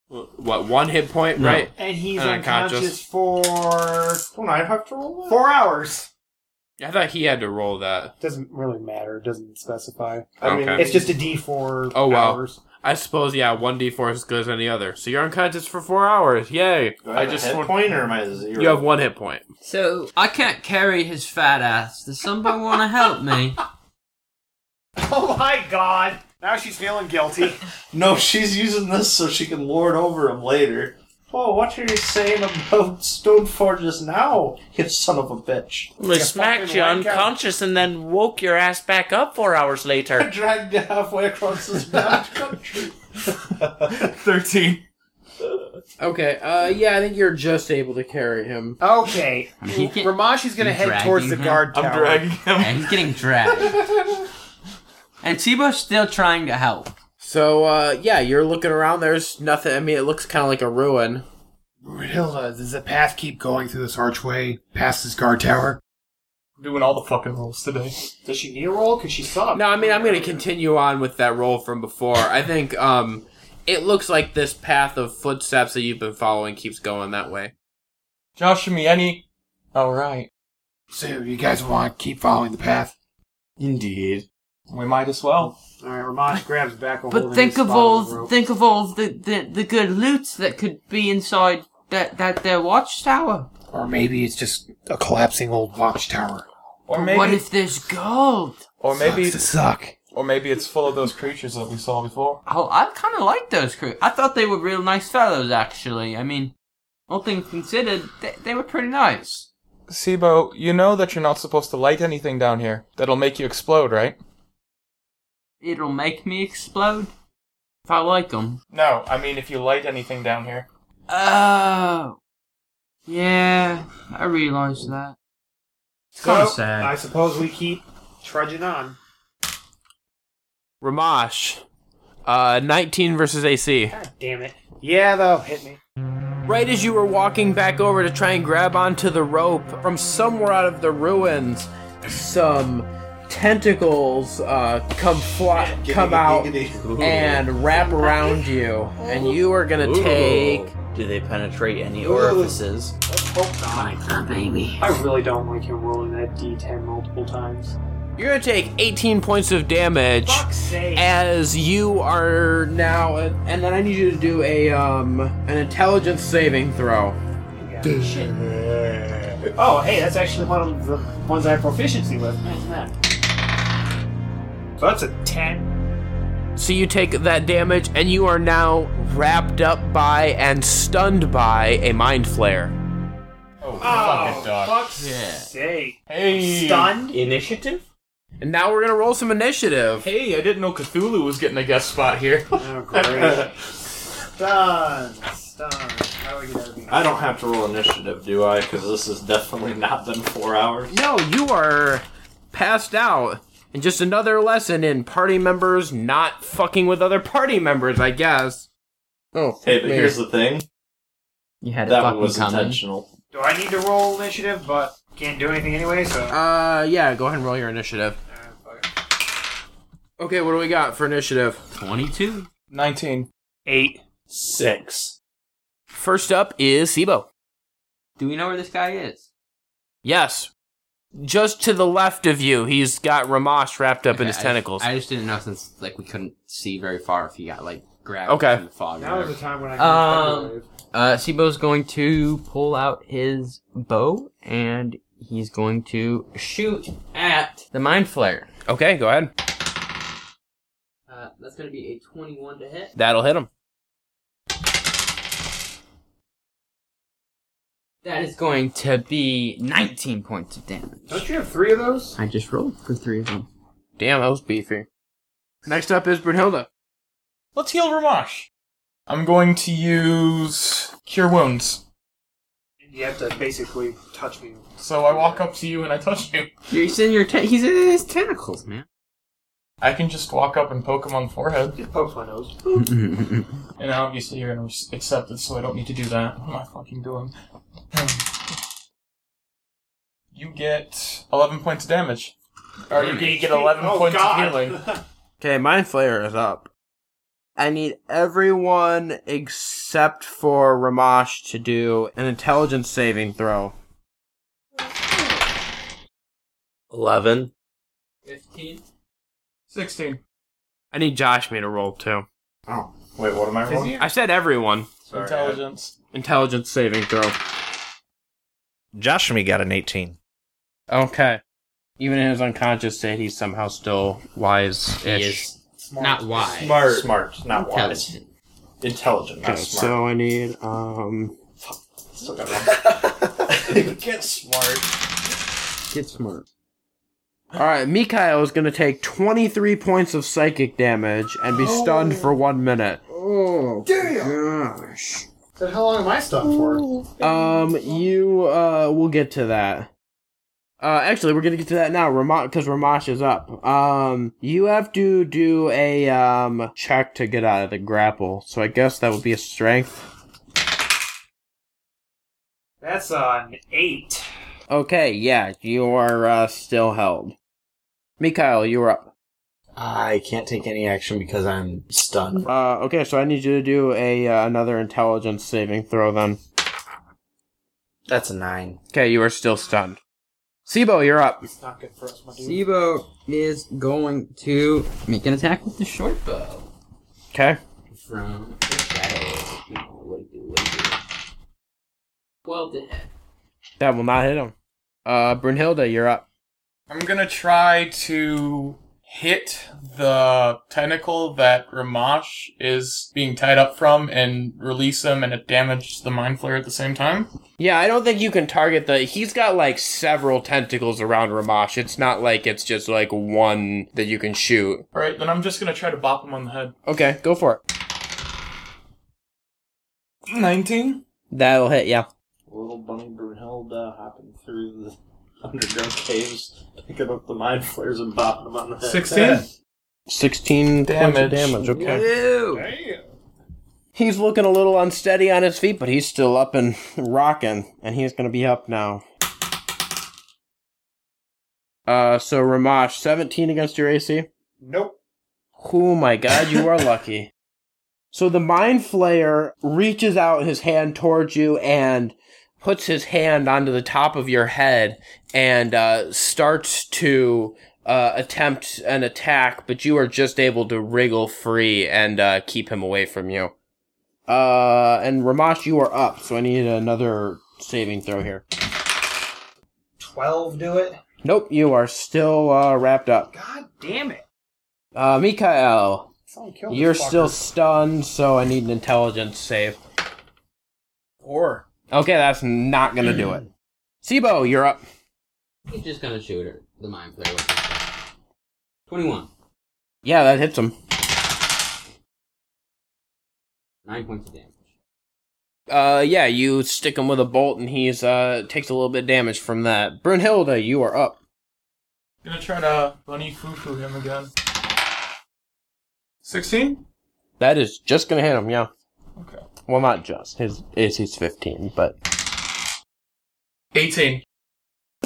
S4: what one hit point,
S10: No. Uh,
S4: right? Uh,
S8: And he's unconscious for. Don't I have to roll Four hours.
S4: I thought he had to roll that.
S8: Doesn't really matter. Doesn't specify.
S4: I mean, Okay.
S8: it's just a D four.
S4: Oh wow!
S8: Hours.
S4: I suppose yeah, one d four is as good as any other. So you're unconscious for four hours. Yay!
S5: Do I have a hit
S4: want-
S5: point or am I at zero?
S4: You have one hit point.
S2: So I can't carry his fat ass. Does somebody want to help me?
S8: Oh my god! Now she's feeling guilty.
S5: No, she's using this so she can lord over him later. Oh, what are you saying about Stoneforge just now, you son of a bitch?
S3: They smacked you unconscious and then woke your ass back up four hours later.
S5: Dragged you halfway across this map.
S10: 13.
S4: Okay. Uh, yeah, I think you're just able to carry him.
S8: Okay.
S4: He can-
S8: Ramash is gonna
S4: you
S8: head
S4: dragging
S8: towards the
S4: him?
S8: guard
S4: I'm
S8: tower.
S4: dragging
S10: him.
S2: And he's getting dragged. And Sibo's still trying to help.
S4: So uh, yeah, you're looking around. There's nothing. I mean, it looks kind of like a ruin.
S9: Hilda, does the path keep going through this archway, past this guard tower?
S10: Doing all the fucking rolls today.
S8: Does she need a roll? Cause she saw.
S4: No, I mean I'm going to continue on with that roll from before. I think um, it looks like this path of footsteps that you've been following keeps going that way.
S10: Josh and me, any. Alright.
S9: So you guys want to keep following the path?
S10: Indeed. We might as well.
S8: All right, Ramash grabs back. while
S2: But
S8: holding
S2: think
S8: his
S2: of
S8: spot on
S2: all,
S8: the rope.
S2: think of all the, the, the good loot that could be inside that that their watchtower.
S9: Or maybe it's just a collapsing old watchtower.
S10: Or
S2: But
S10: maybe-
S2: what if there's gold?
S10: Or maybe.
S9: Sucks to suck.
S10: Or maybe it's full of those creatures that we saw before.
S2: Oh, I kind of like those crew. I thought they were real nice fellows, actually. I mean, all things considered, they, they were pretty nice.
S10: Sibo, you know that you're not supposed to light anything down here. That'll make you explode, right?
S2: It'll make me explode if I like them.
S10: No, I mean if you light anything down here.
S2: Oh, yeah, I realized that. It's kind of
S8: So,
S2: sad.
S8: I suppose we keep trudging on.
S4: Ramash, uh, 19 versus AC.
S8: Damn it. Yeah, though, hit me.
S4: Right as you were walking back over to try and grab onto the rope from somewhere out of the ruins, some tentacles uh, come fly, come out and wrap around you, and you are gonna
S30: Ooh.
S4: take.
S30: Do they penetrate any orifices?
S4: baby.
S8: Oh, I really don't like him rolling that d10 multiple times.
S4: You're gonna take 18 points of damage as you are now, and then I need you to do a um an intelligence saving throw.
S8: Oh, hey, that's actually one of the ones I have proficiency with. Nice that. So that's a 10.
S4: So you take that damage, and you are now wrapped up by and stunned by a mind flare.
S8: Oh,
S10: fucking dog.
S8: fuck's
S4: Yeah.
S8: sake.
S10: Hey.
S8: Stunned?
S4: Initiative? And now we're gonna roll some initiative.
S10: Hey, I didn't know Cthulhu was getting a guest spot here.
S8: Oh, great. Stunned. Stunned. How are you gonna be?
S1: I don't have to roll initiative, do I? Because this has definitely not been four hours.
S4: No, you are passed out. And just another lesson in party members not fucking with other party members, I guess. Oh,
S1: Hey,
S4: fuck
S1: but
S4: me.
S1: here's the thing.
S2: You
S4: had it
S1: that one
S4: fucking
S1: was
S4: coming.
S1: intentional.
S8: Do I need to roll initiative, but can't do anything anyway, so.
S4: Uh, yeah, go ahead and roll your initiative. Okay, what do we got for initiative? 22.
S10: 19.
S8: 8.
S10: 6.
S4: First up is Sibo.
S2: Do we know where this guy is?
S4: Yes. Just to the left of you, he's got Ramash wrapped up in
S2: Okay,
S4: his
S2: I-
S4: tentacles.
S2: I just didn't know since like we couldn't see very far if he got like grabbed
S4: Okay.
S2: in the fog. or
S8: Now is the
S2: whatever.
S8: time when I can
S2: Um, uh, Sibo's going to pull out his bow and he's going to shoot at the mind flare.
S4: Okay, go ahead.
S2: Uh, that's going to be a 21 to hit.
S4: That'll hit him.
S2: That is going to be 19 points of damage.
S8: Don't you have three of those?
S2: I just rolled for three of them.
S4: Damn, that was beefy. Next up is Brunhilda.
S10: Let's heal Ramash. I'm going to use Cure Wounds.
S8: You have to basically touch me.
S10: So I walk up to you and I touch you.
S2: He's in your ten- he's in his tentacles, man.
S10: I can just walk up and poke him on the forehead.
S8: Just poke my nose.
S10: And obviously you're gonna accept it, so I don't need to do that. What am I fucking doing? Hmm. you get 11 points of damage. Or you get 11
S8: Oh,
S10: points
S8: God.
S10: of healing.
S4: Okay, Mind Flayer is up. I need everyone except for Ramash to do an intelligence saving throw. 11.
S2: 15.
S10: 16.
S4: I need Josh me to roll too.
S1: Oh, wait, what am I rolling?
S4: I said everyone.
S1: Sorry,
S10: Intelligence.
S4: Intelligence saving throw.
S31: Josh and me got an 18.
S4: Okay. Even in his unconscious state, he's somehow still wise ish.
S2: Not wise.
S1: Smart. Smart, not wise.
S2: Intelligent.
S1: Intelligent, not
S4: Okay,
S1: smart.
S4: so I need, um.
S1: Still got one. Get smart.
S4: Get smart. Alright, Mikhail is gonna take 23 points of psychic damage and be stunned for one minute. Oh, gosh.
S8: So how long am I stunned for?
S4: Um, you, uh, we'll get to that. Uh, actually, we're gonna get to that now, Ramash, because Ramash is up. Um, you have to do a, um, check to get out of the grapple, so I guess that would be a strength.
S8: That's an 8.
S4: Okay, yeah, you are, uh, still held. Mikhail, you are up.
S5: I can't take any action because I'm stunned.
S4: Uh, okay, so I need you to do a, uh, another intelligence saving throw then.
S5: That's a nine.
S4: Okay, you are still stunned. Sibo, Oh, you're up.
S8: It's not good for us, my dude.
S2: Sibo is going to make an attack with the short bow.
S4: Okay.
S2: From the shadows. No, wait, wait, wait. 12 to hit.
S4: That will not hit him. Uh, Brunhilda, you're up.
S10: I'm gonna try to hit the tentacle that Ramash is being tied up from and release him and it damages the mind flare at the same time.
S4: Yeah, I don't think you can target the. He's got like several tentacles around Ramash. It's not like it's just like one that you can shoot.
S10: Alright, then I'm just gonna try to bop him on the head.
S4: Okay, go for it.
S10: 19?
S4: That'll hit, yeah.
S1: Little bunny Brunhilda hopping through the underground caves, picking up the mind flares and bopping them on the head.
S4: 16 points of
S10: Damage.
S4: damage, okay.
S1: Damn.
S4: He's looking a little unsteady on his feet, but he's still up and rocking, and he's gonna be up now. Uh, so Ramash, 17 against your AC?
S8: Nope.
S4: Oh my god, you are lucky. So the Mind Flayer reaches out his hand towards you and puts his hand onto the top of your head and uh, starts to uh, attempt an attack, but you are just able to wriggle free and uh, keep him away from you. Uh, and Ramash, you are up, so I need another saving throw here.
S8: 12 do it?
S4: Nope, you are still uh, wrapped up.
S8: God damn it.
S4: Uh, Mikael,
S8: Someone kill this
S4: you're
S8: fucker.
S4: still stunned, so I need an intelligence save.
S8: Or.
S4: Okay, that's not gonna do it. Sibo, you're up.
S2: He's just gonna shoot her, the mind player. with it. Twenty-one.
S4: Yeah, that hits him.
S2: Nine points of damage.
S4: Uh, yeah, you stick him with a bolt, and he's uh takes a little bit of damage from that. Brunhilda, you are up.
S32: Gonna try to bunny foo foo him again. 16?
S4: That is just gonna hit him. Yeah.
S32: Okay.
S4: Well, not just his AC's fifteen, but
S32: 18.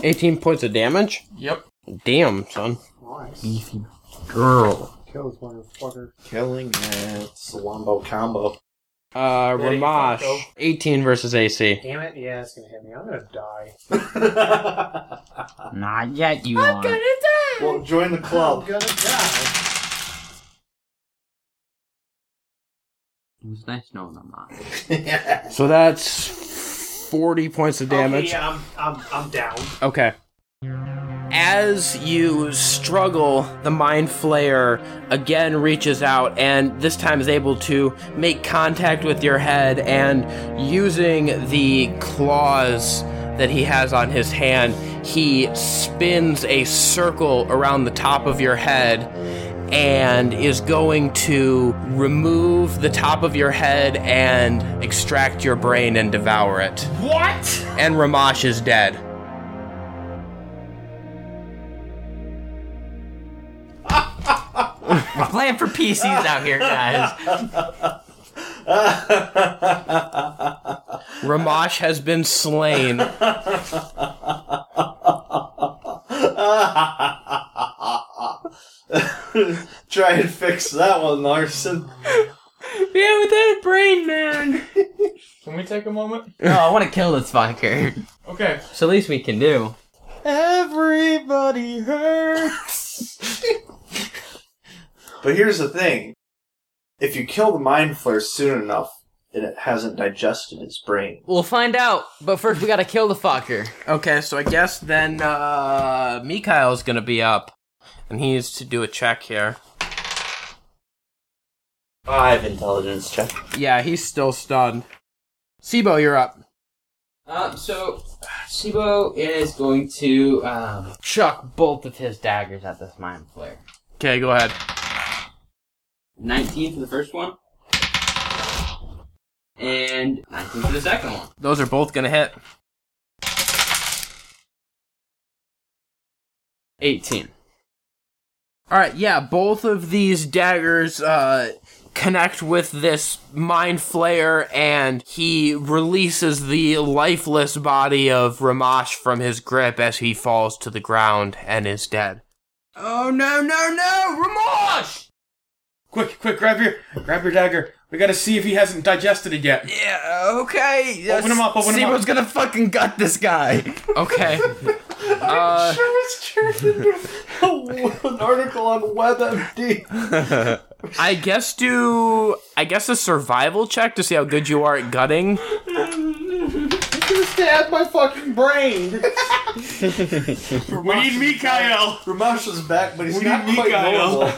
S4: eighteen points of damage.
S32: Yep.
S4: Damn, son. Beefy girl.
S8: Kill this motherfucker.
S1: Killing it. It's a wombo combo.
S4: Uh,
S8: Ready,
S4: Ramash,
S8: Funko?
S4: 18 versus AC.
S8: Damn it. Yeah, it's gonna hit me. I'm gonna die.
S2: Not yet, you are.
S8: die!
S1: Well, join the club.
S8: I'm gonna die.
S2: It was nice knowing I'm not.
S4: So that's 40 points of damage.
S8: Okay, Oh, yeah, I'm, I'm, I'm down.
S4: Okay. As you struggle, the Mind Flayer again reaches out and this time is able to make contact with your head and using the claws that he has on his hand, he spins a circle around the top of your head and is going to remove the top of your head and extract your brain and devour it.
S9: What?
S4: And Ramash is dead.
S2: We're playing for PCs out here, guys.
S4: Ramash has been slain.
S1: Try and fix that one, Larson.
S2: yeah, without a brain, man.
S32: Can we take a moment?
S2: No, I want to kill this fucker.
S32: Okay.
S2: So at least we can do.
S32: Everybody hurts.
S1: But here's the thing if you kill the mind flare soon enough, and it hasn't digested its brain.
S2: We'll find out, but first we gotta kill the fucker.
S4: Okay, so I guess then uh Mikhail's gonna be up. And he needs to do a check here.
S5: Five intelligence check.
S4: Yeah, he's still stunned. Sibo, you're up.
S2: Um, so Sibo is going to um, chuck both of his daggers at this mind flare.
S4: Okay, go ahead.
S2: 19 for the first one, and 19 for the second one.
S4: Those are both gonna hit. 18. Alright, yeah, both of these daggers uh, connect with this mind flayer, and he releases the lifeless body of Ramash from his grip as he falls to the ground and is dead.
S2: Oh no no no! Ramash!
S10: Quick, quick, grab your grab your dagger. We gotta see if he hasn't digested it yet.
S2: Yeah, okay.
S10: Open him up, open him up.
S2: Sibo's gonna fucking gut this guy.
S4: Okay. Uh,
S1: I'm sure it's turned into an article on WebMD.
S4: I guess do I guess a survival check to see how good you are at gutting.
S1: You stabbed my fucking brain.
S10: We need Mikael.
S1: Ramash is back, but he's
S2: We
S1: not
S2: need
S1: quite
S2: Mikael.
S1: normal.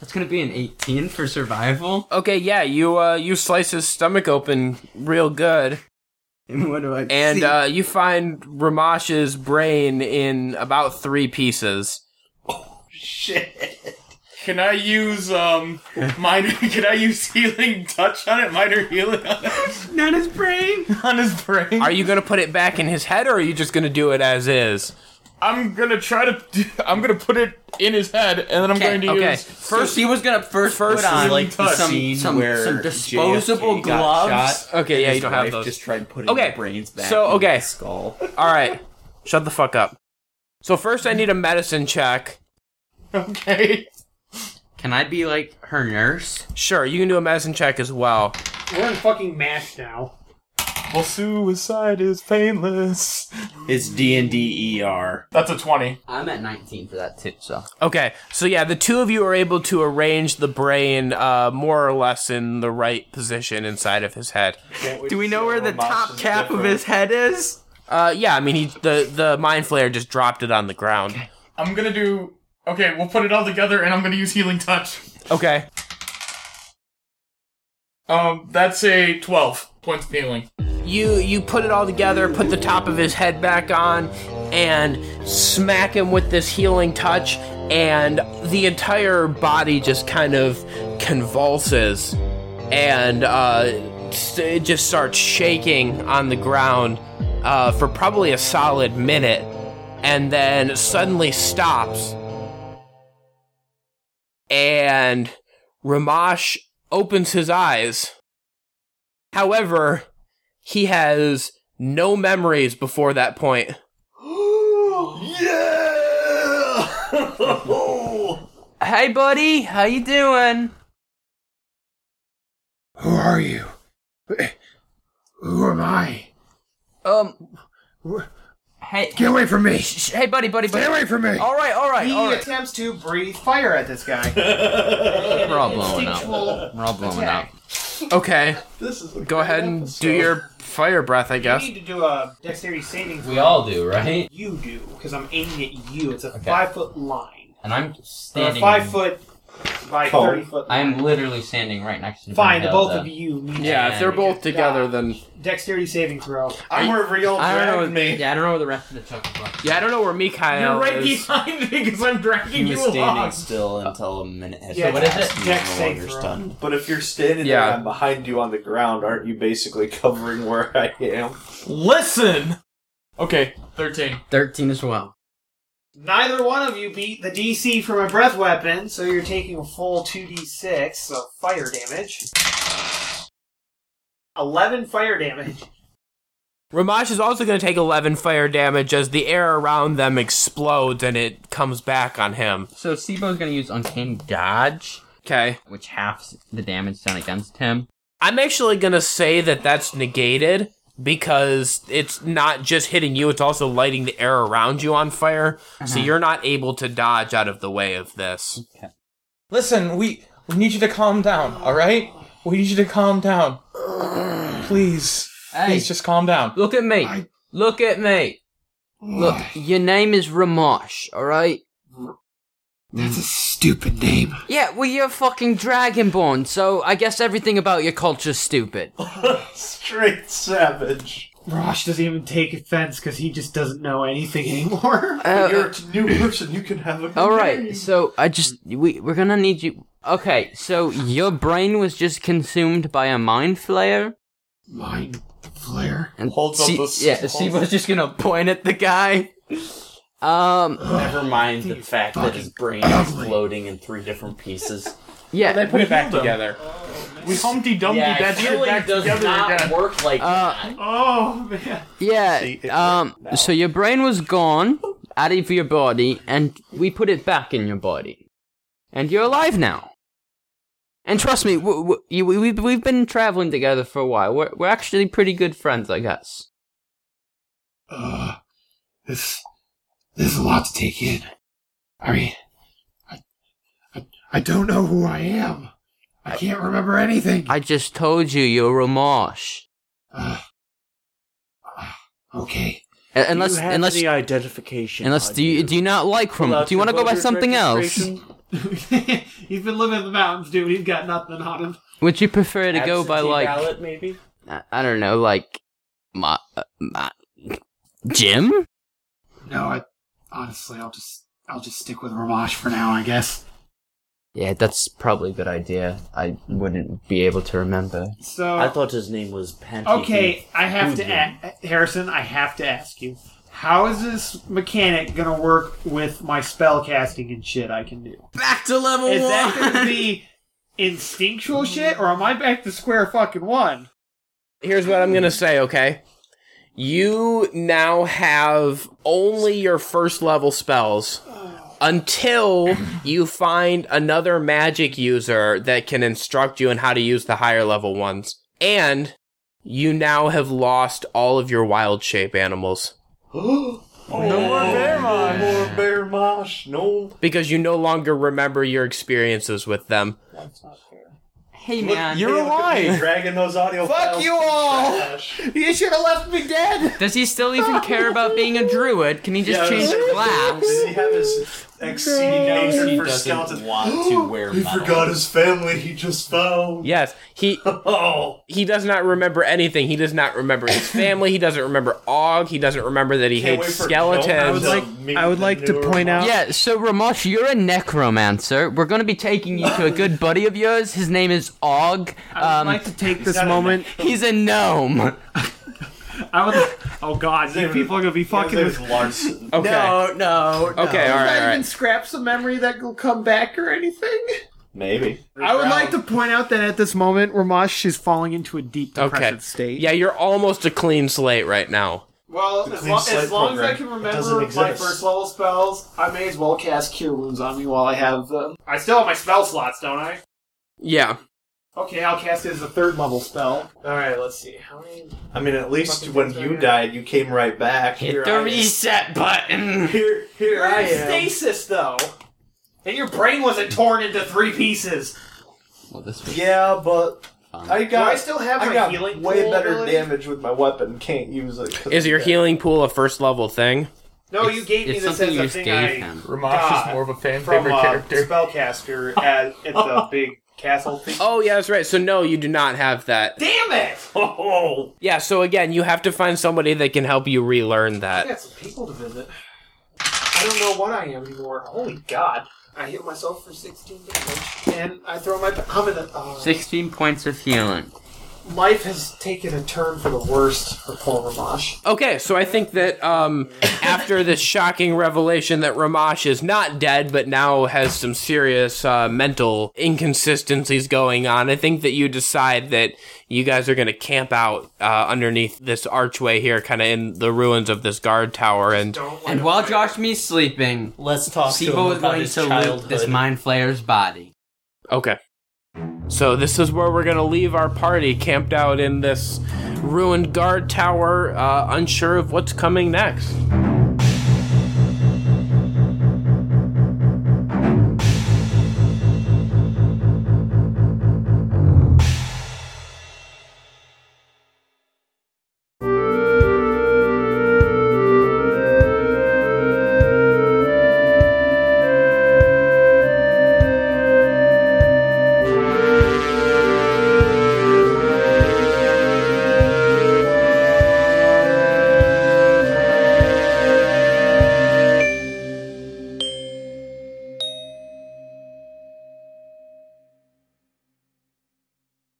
S2: That's gonna be an 18 for survival.
S4: Okay, yeah, you uh you slice his stomach open real good.
S2: And what do I?
S4: And
S2: see?
S4: uh, you find Ramash's brain in about three pieces.
S1: Shit.
S10: Can I use um minor? Can I use healing touch on it? Minor healing on it.
S2: Not his brain.
S10: on his brain.
S4: Are you gonna put it back in his head, or are you just gonna do it as is?
S32: I'm gonna try to. I'm gonna put it in his head, and then I'm going to
S4: okay.
S32: use.
S4: First-
S2: he was gonna first
S32: First
S2: put on
S32: is
S2: like
S32: like the
S2: some
S32: scene
S2: some,
S32: where
S2: some disposable
S32: JFK got
S2: gloves.
S32: shot.
S4: Okay, yeah,
S32: His
S4: you don't have
S32: wife
S4: those.
S32: just tried putting
S4: okay,
S32: the brains back
S4: So
S32: into
S4: okay,
S32: the skull.
S4: All right, shut the fuck up. So first, I need a medicine check. Okay.
S2: Can I be like her nurse?
S4: Sure, you can do a medicine check as well.
S8: We're in fucking MASH now.
S10: Well, suicide is painless.
S5: It's D and D E R.
S10: That's a twenty.
S2: I'm at 19 for that too, so.
S4: Okay, so yeah, the two of you are able to arrange the brain uh, more or less in the right position inside of his head.
S2: Do we know where the top cap of his head is?
S4: Uh, yeah, I mean, he the the mind flare just dropped it on the ground.
S10: I'm gonna do. Okay, we'll put it all together, and I'm gonna use healing touch.
S4: Okay.
S10: Um, that's a twelve points of healing.
S4: You you put it all together, put the top of his head back on, and smack him with this healing touch, and the entire body just kind of convulses, and uh, s- it just starts shaking on the ground uh, for probably a solid minute, and then suddenly stops. And Ramash opens his eyes. However, he has no memories before that point.
S2: Hey, buddy, how you doing?
S9: Who are you? Who am I?
S2: Um. Hey,
S9: Get away from me.
S2: Sh- sh- hey, buddy, buddy, buddy.
S9: Stay away from me.
S2: All right, all right,
S8: He
S2: all right.
S8: attempts to breathe fire at this guy.
S2: We're all blowing up.
S8: Instinctual
S2: We're all blowing
S8: attack.
S2: up.
S4: Okay.
S8: This is a
S4: Go ahead and do your fire breath, I
S8: You
S4: guess.
S8: need to do a dexterity saving.
S2: We
S8: throw.
S2: all do, right?
S8: You do, because I'm aiming at you. It's a five foot line.
S2: And I'm
S8: Or
S2: standing.
S8: a five foot by
S2: Oh.
S8: thirty foot.
S2: I
S8: line.
S2: am literally standing right next to.
S8: Fine, the
S2: Brunhilde.
S8: both of you need.
S4: Yeah,
S8: to
S4: if they're both together,
S8: Yeah.
S4: then
S8: Dexterity saving throw.
S2: I'm
S8: a
S2: where
S8: real
S2: I don't know. where- Yeah, I don't know where the rest of the chunk is.
S4: yeah, I don't know where Mikhail
S2: You're right
S4: is.
S33: behind me because I'm
S34: He
S33: dragging
S34: was standing
S5: Uh,
S34: still until a minute had
S2: Yeah, what is it?
S34: passed and
S2: Dex
S34: he was
S2: save
S34: no longer
S2: throw.
S34: stunned.
S1: But if you're standing
S4: Yeah.
S1: there and I'm behind you on the ground, aren't you basically covering where I am?
S10: Listen. Okay, thirteen.
S2: Thirteen as well.
S8: Neither one of you beat the DC for my breath weapon, so you're taking a full 2d6 of fire damage. 11 fire damage.
S4: Ramash is also going to take 11 fire damage as the air around them explodes and it comes back on him.
S2: So Sibo's gonna use uncanny dodge.
S4: Okay.
S2: Which halves the damage done against him.
S4: I'm actually going to say that that's negated because it's not just hitting you, it's also lighting the air around you on fire. So
S2: Uh-huh.
S10: Mhm.
S4: you're not able to dodge out of the way of this.
S10: Listen, we we need you to calm down. All right, we need you to calm down. Please, please just calm down.
S2: Look at me. Look at me. Look, your name is Ramash, alright?
S9: That's a stupid name.
S2: Yeah, well, you're fucking dragonborn, so I guess everything about your culture's stupid.
S1: Straight savage.
S8: Rosh doesn't even take offense because he just doesn't know anything anymore.
S2: Uh,
S1: you're a new person. You can have a. good
S2: All
S1: day.
S2: right, so I just we we're gonna need you. Okay, so your brain was just consumed by a mind flare.
S9: Mind flare.
S2: And
S9: Holds up
S2: see,
S9: the-
S2: yeah, see, was just gonna point at the guy. Um,
S5: Never mind the fact that his brain is floating in three different pieces.
S2: yeah,
S5: They put it back together.
S10: We Humpty Dumpty
S5: yeah,
S10: that shit
S5: healing
S10: back
S5: does
S10: together
S5: not
S10: again.
S5: work like
S2: Uh,
S5: that.
S8: Oh, man.
S2: yeah. um, so your brain was gone out of your body, and we put it back in your body, and you're alive now. And trust me, w- w- you, we, we've we've been traveling together for a while. We're we're actually pretty good friends, I guess.
S9: Uh, this there's a lot to take in. I mean, I, I, I don't know who I am. I can't remember anything. Uh,
S2: I just told you you're Ramosh.
S9: Okay.
S2: Uh, Unless
S9: You have
S2: unless
S9: the
S2: identification. Unless do you do you not like from?
S9: Without
S2: Do you want to
S9: your
S2: go by
S9: voter's
S2: something else?
S8: He's been living in the mountains, dude. He's got nothing on him.
S2: Would you prefer to go by
S8: Absentee
S2: like
S8: ballot, maybe?
S2: I, I don't know, like my uh, my Jim?
S9: No, I honestly, I'll just I'll just stick with Ramash for now, I guess.
S2: Yeah, that's probably a good idea. I wouldn't be able to remember.
S8: So-
S5: I thought his name was Panty.
S8: Okay, I have to
S5: Hoodlum.
S8: ask Harrison. I have to ask you, how is this mechanic gonna work with my spell casting and shit I can do?
S2: Back to level
S8: is that gonna be instinctual shit, or am I back to square fucking one?
S4: Here's what I'm going to say, okay? You now have only your first level spells until you find another magic user that can instruct you in how to use the higher level ones. And you now have lost all of your wild shape animals.
S1: Oh, no more bear mosh. No more bear mosh. No.
S4: because you no longer remember your experiences with them.
S2: Hey
S1: Look,
S2: man,
S4: you're alive.
S1: Dragging those audio files.
S2: You should have left me dead. Does he still even care about being a druid? Can he just
S1: Yeah,
S2: change
S1: it's-
S2: glass?
S1: Does he have his exceeding nature
S4: He
S1: for
S4: doesn't
S1: skeletons?
S4: want to wear
S1: He
S4: metal.
S1: forgot his family he just found.
S4: Yes, he he does not remember anything. He does not remember his family. he doesn't remember Og. He doesn't remember that he
S1: Can't
S4: hates
S1: wait for Jonas
S4: skeletons.
S1: I would to like- meet I would the like to newer point out-
S2: Yeah, so Ramosh, you're a necromancer. We're going to be taking you to a good buddy of yours. His name is Og. Um, I would like to take
S8: this not a moment-
S2: He's a gnome.
S8: I would. Oh god, these people are gonna be fucking with
S1: Larson.
S4: Okay.
S9: No, no, no.
S4: Okay, all right,
S9: Not
S4: all
S9: even
S4: right.
S9: scraps of memory that will come back or anything.
S1: Maybe.
S8: I would like to point out that at this moment, Ramash is falling into a deep depression.
S4: Okay. Yeah, you're almost a clean slate right now.
S8: Well,
S9: As, lo- as long as I can remember my first level spells, I may as well cast Cure Wounds on me while I have them.
S8: I still have my spell slots, don't I?
S4: Yeah.
S8: Okay, I'll cast it as a third level spell. All right, let's see. How many?
S1: I mean, at least when you died, you came right back. Hit
S8: the reset
S1: button. Here, here
S8: You're
S1: I
S8: in
S1: am.
S8: stasis though, and your brain wasn't torn into three pieces.
S1: Yeah, but I got.
S8: Do I still have
S1: I
S8: my
S1: got
S8: healing
S1: way
S8: pool
S1: better
S8: ability?
S1: damage with my weapon. Can't use it. 'cause
S4: Is your
S1: of that.
S4: healing pool a first level thing?
S8: No, you gave me
S4: it's
S8: this as
S4: something
S8: a
S4: you
S8: thing
S4: gave
S8: I
S4: him. Ramash is
S8: got
S4: more of a fan
S8: from,
S4: favorite
S8: uh,
S4: character.
S8: Spellcaster at, at the big castle thing.
S4: Oh yeah, that's right. So no, you do not have that.
S8: Damn it! Oh,
S4: Yeah, so again, you have to find somebody that can help you relearn
S8: I
S4: that.
S8: got some people to visit. I don't know what I am anymore. Holy God! I hit myself for 16 damage, and I throw my. I'm in a. Uh,
S2: 16 points of healing.
S8: life has taken a turn for the worst for poor Ramash.
S4: Okay, so I think that um, after this shocking revelation that Ramash is not dead, but now has some serious uh, mental inconsistencies going on, I think that you decide that you guys are going to camp out uh, underneath this archway here, kind of in the ruins of this guard tower, and
S2: And while Josh me's sleeping,
S35: let's talk
S4: to him
S2: Sibo is
S4: about
S2: going
S4: his
S2: to loot
S4: childhood.
S2: this mind flayer's body.
S4: Okay. So this is where we're gonna leave our party, camped out in this ruined guard tower, uh, unsure of what's coming next.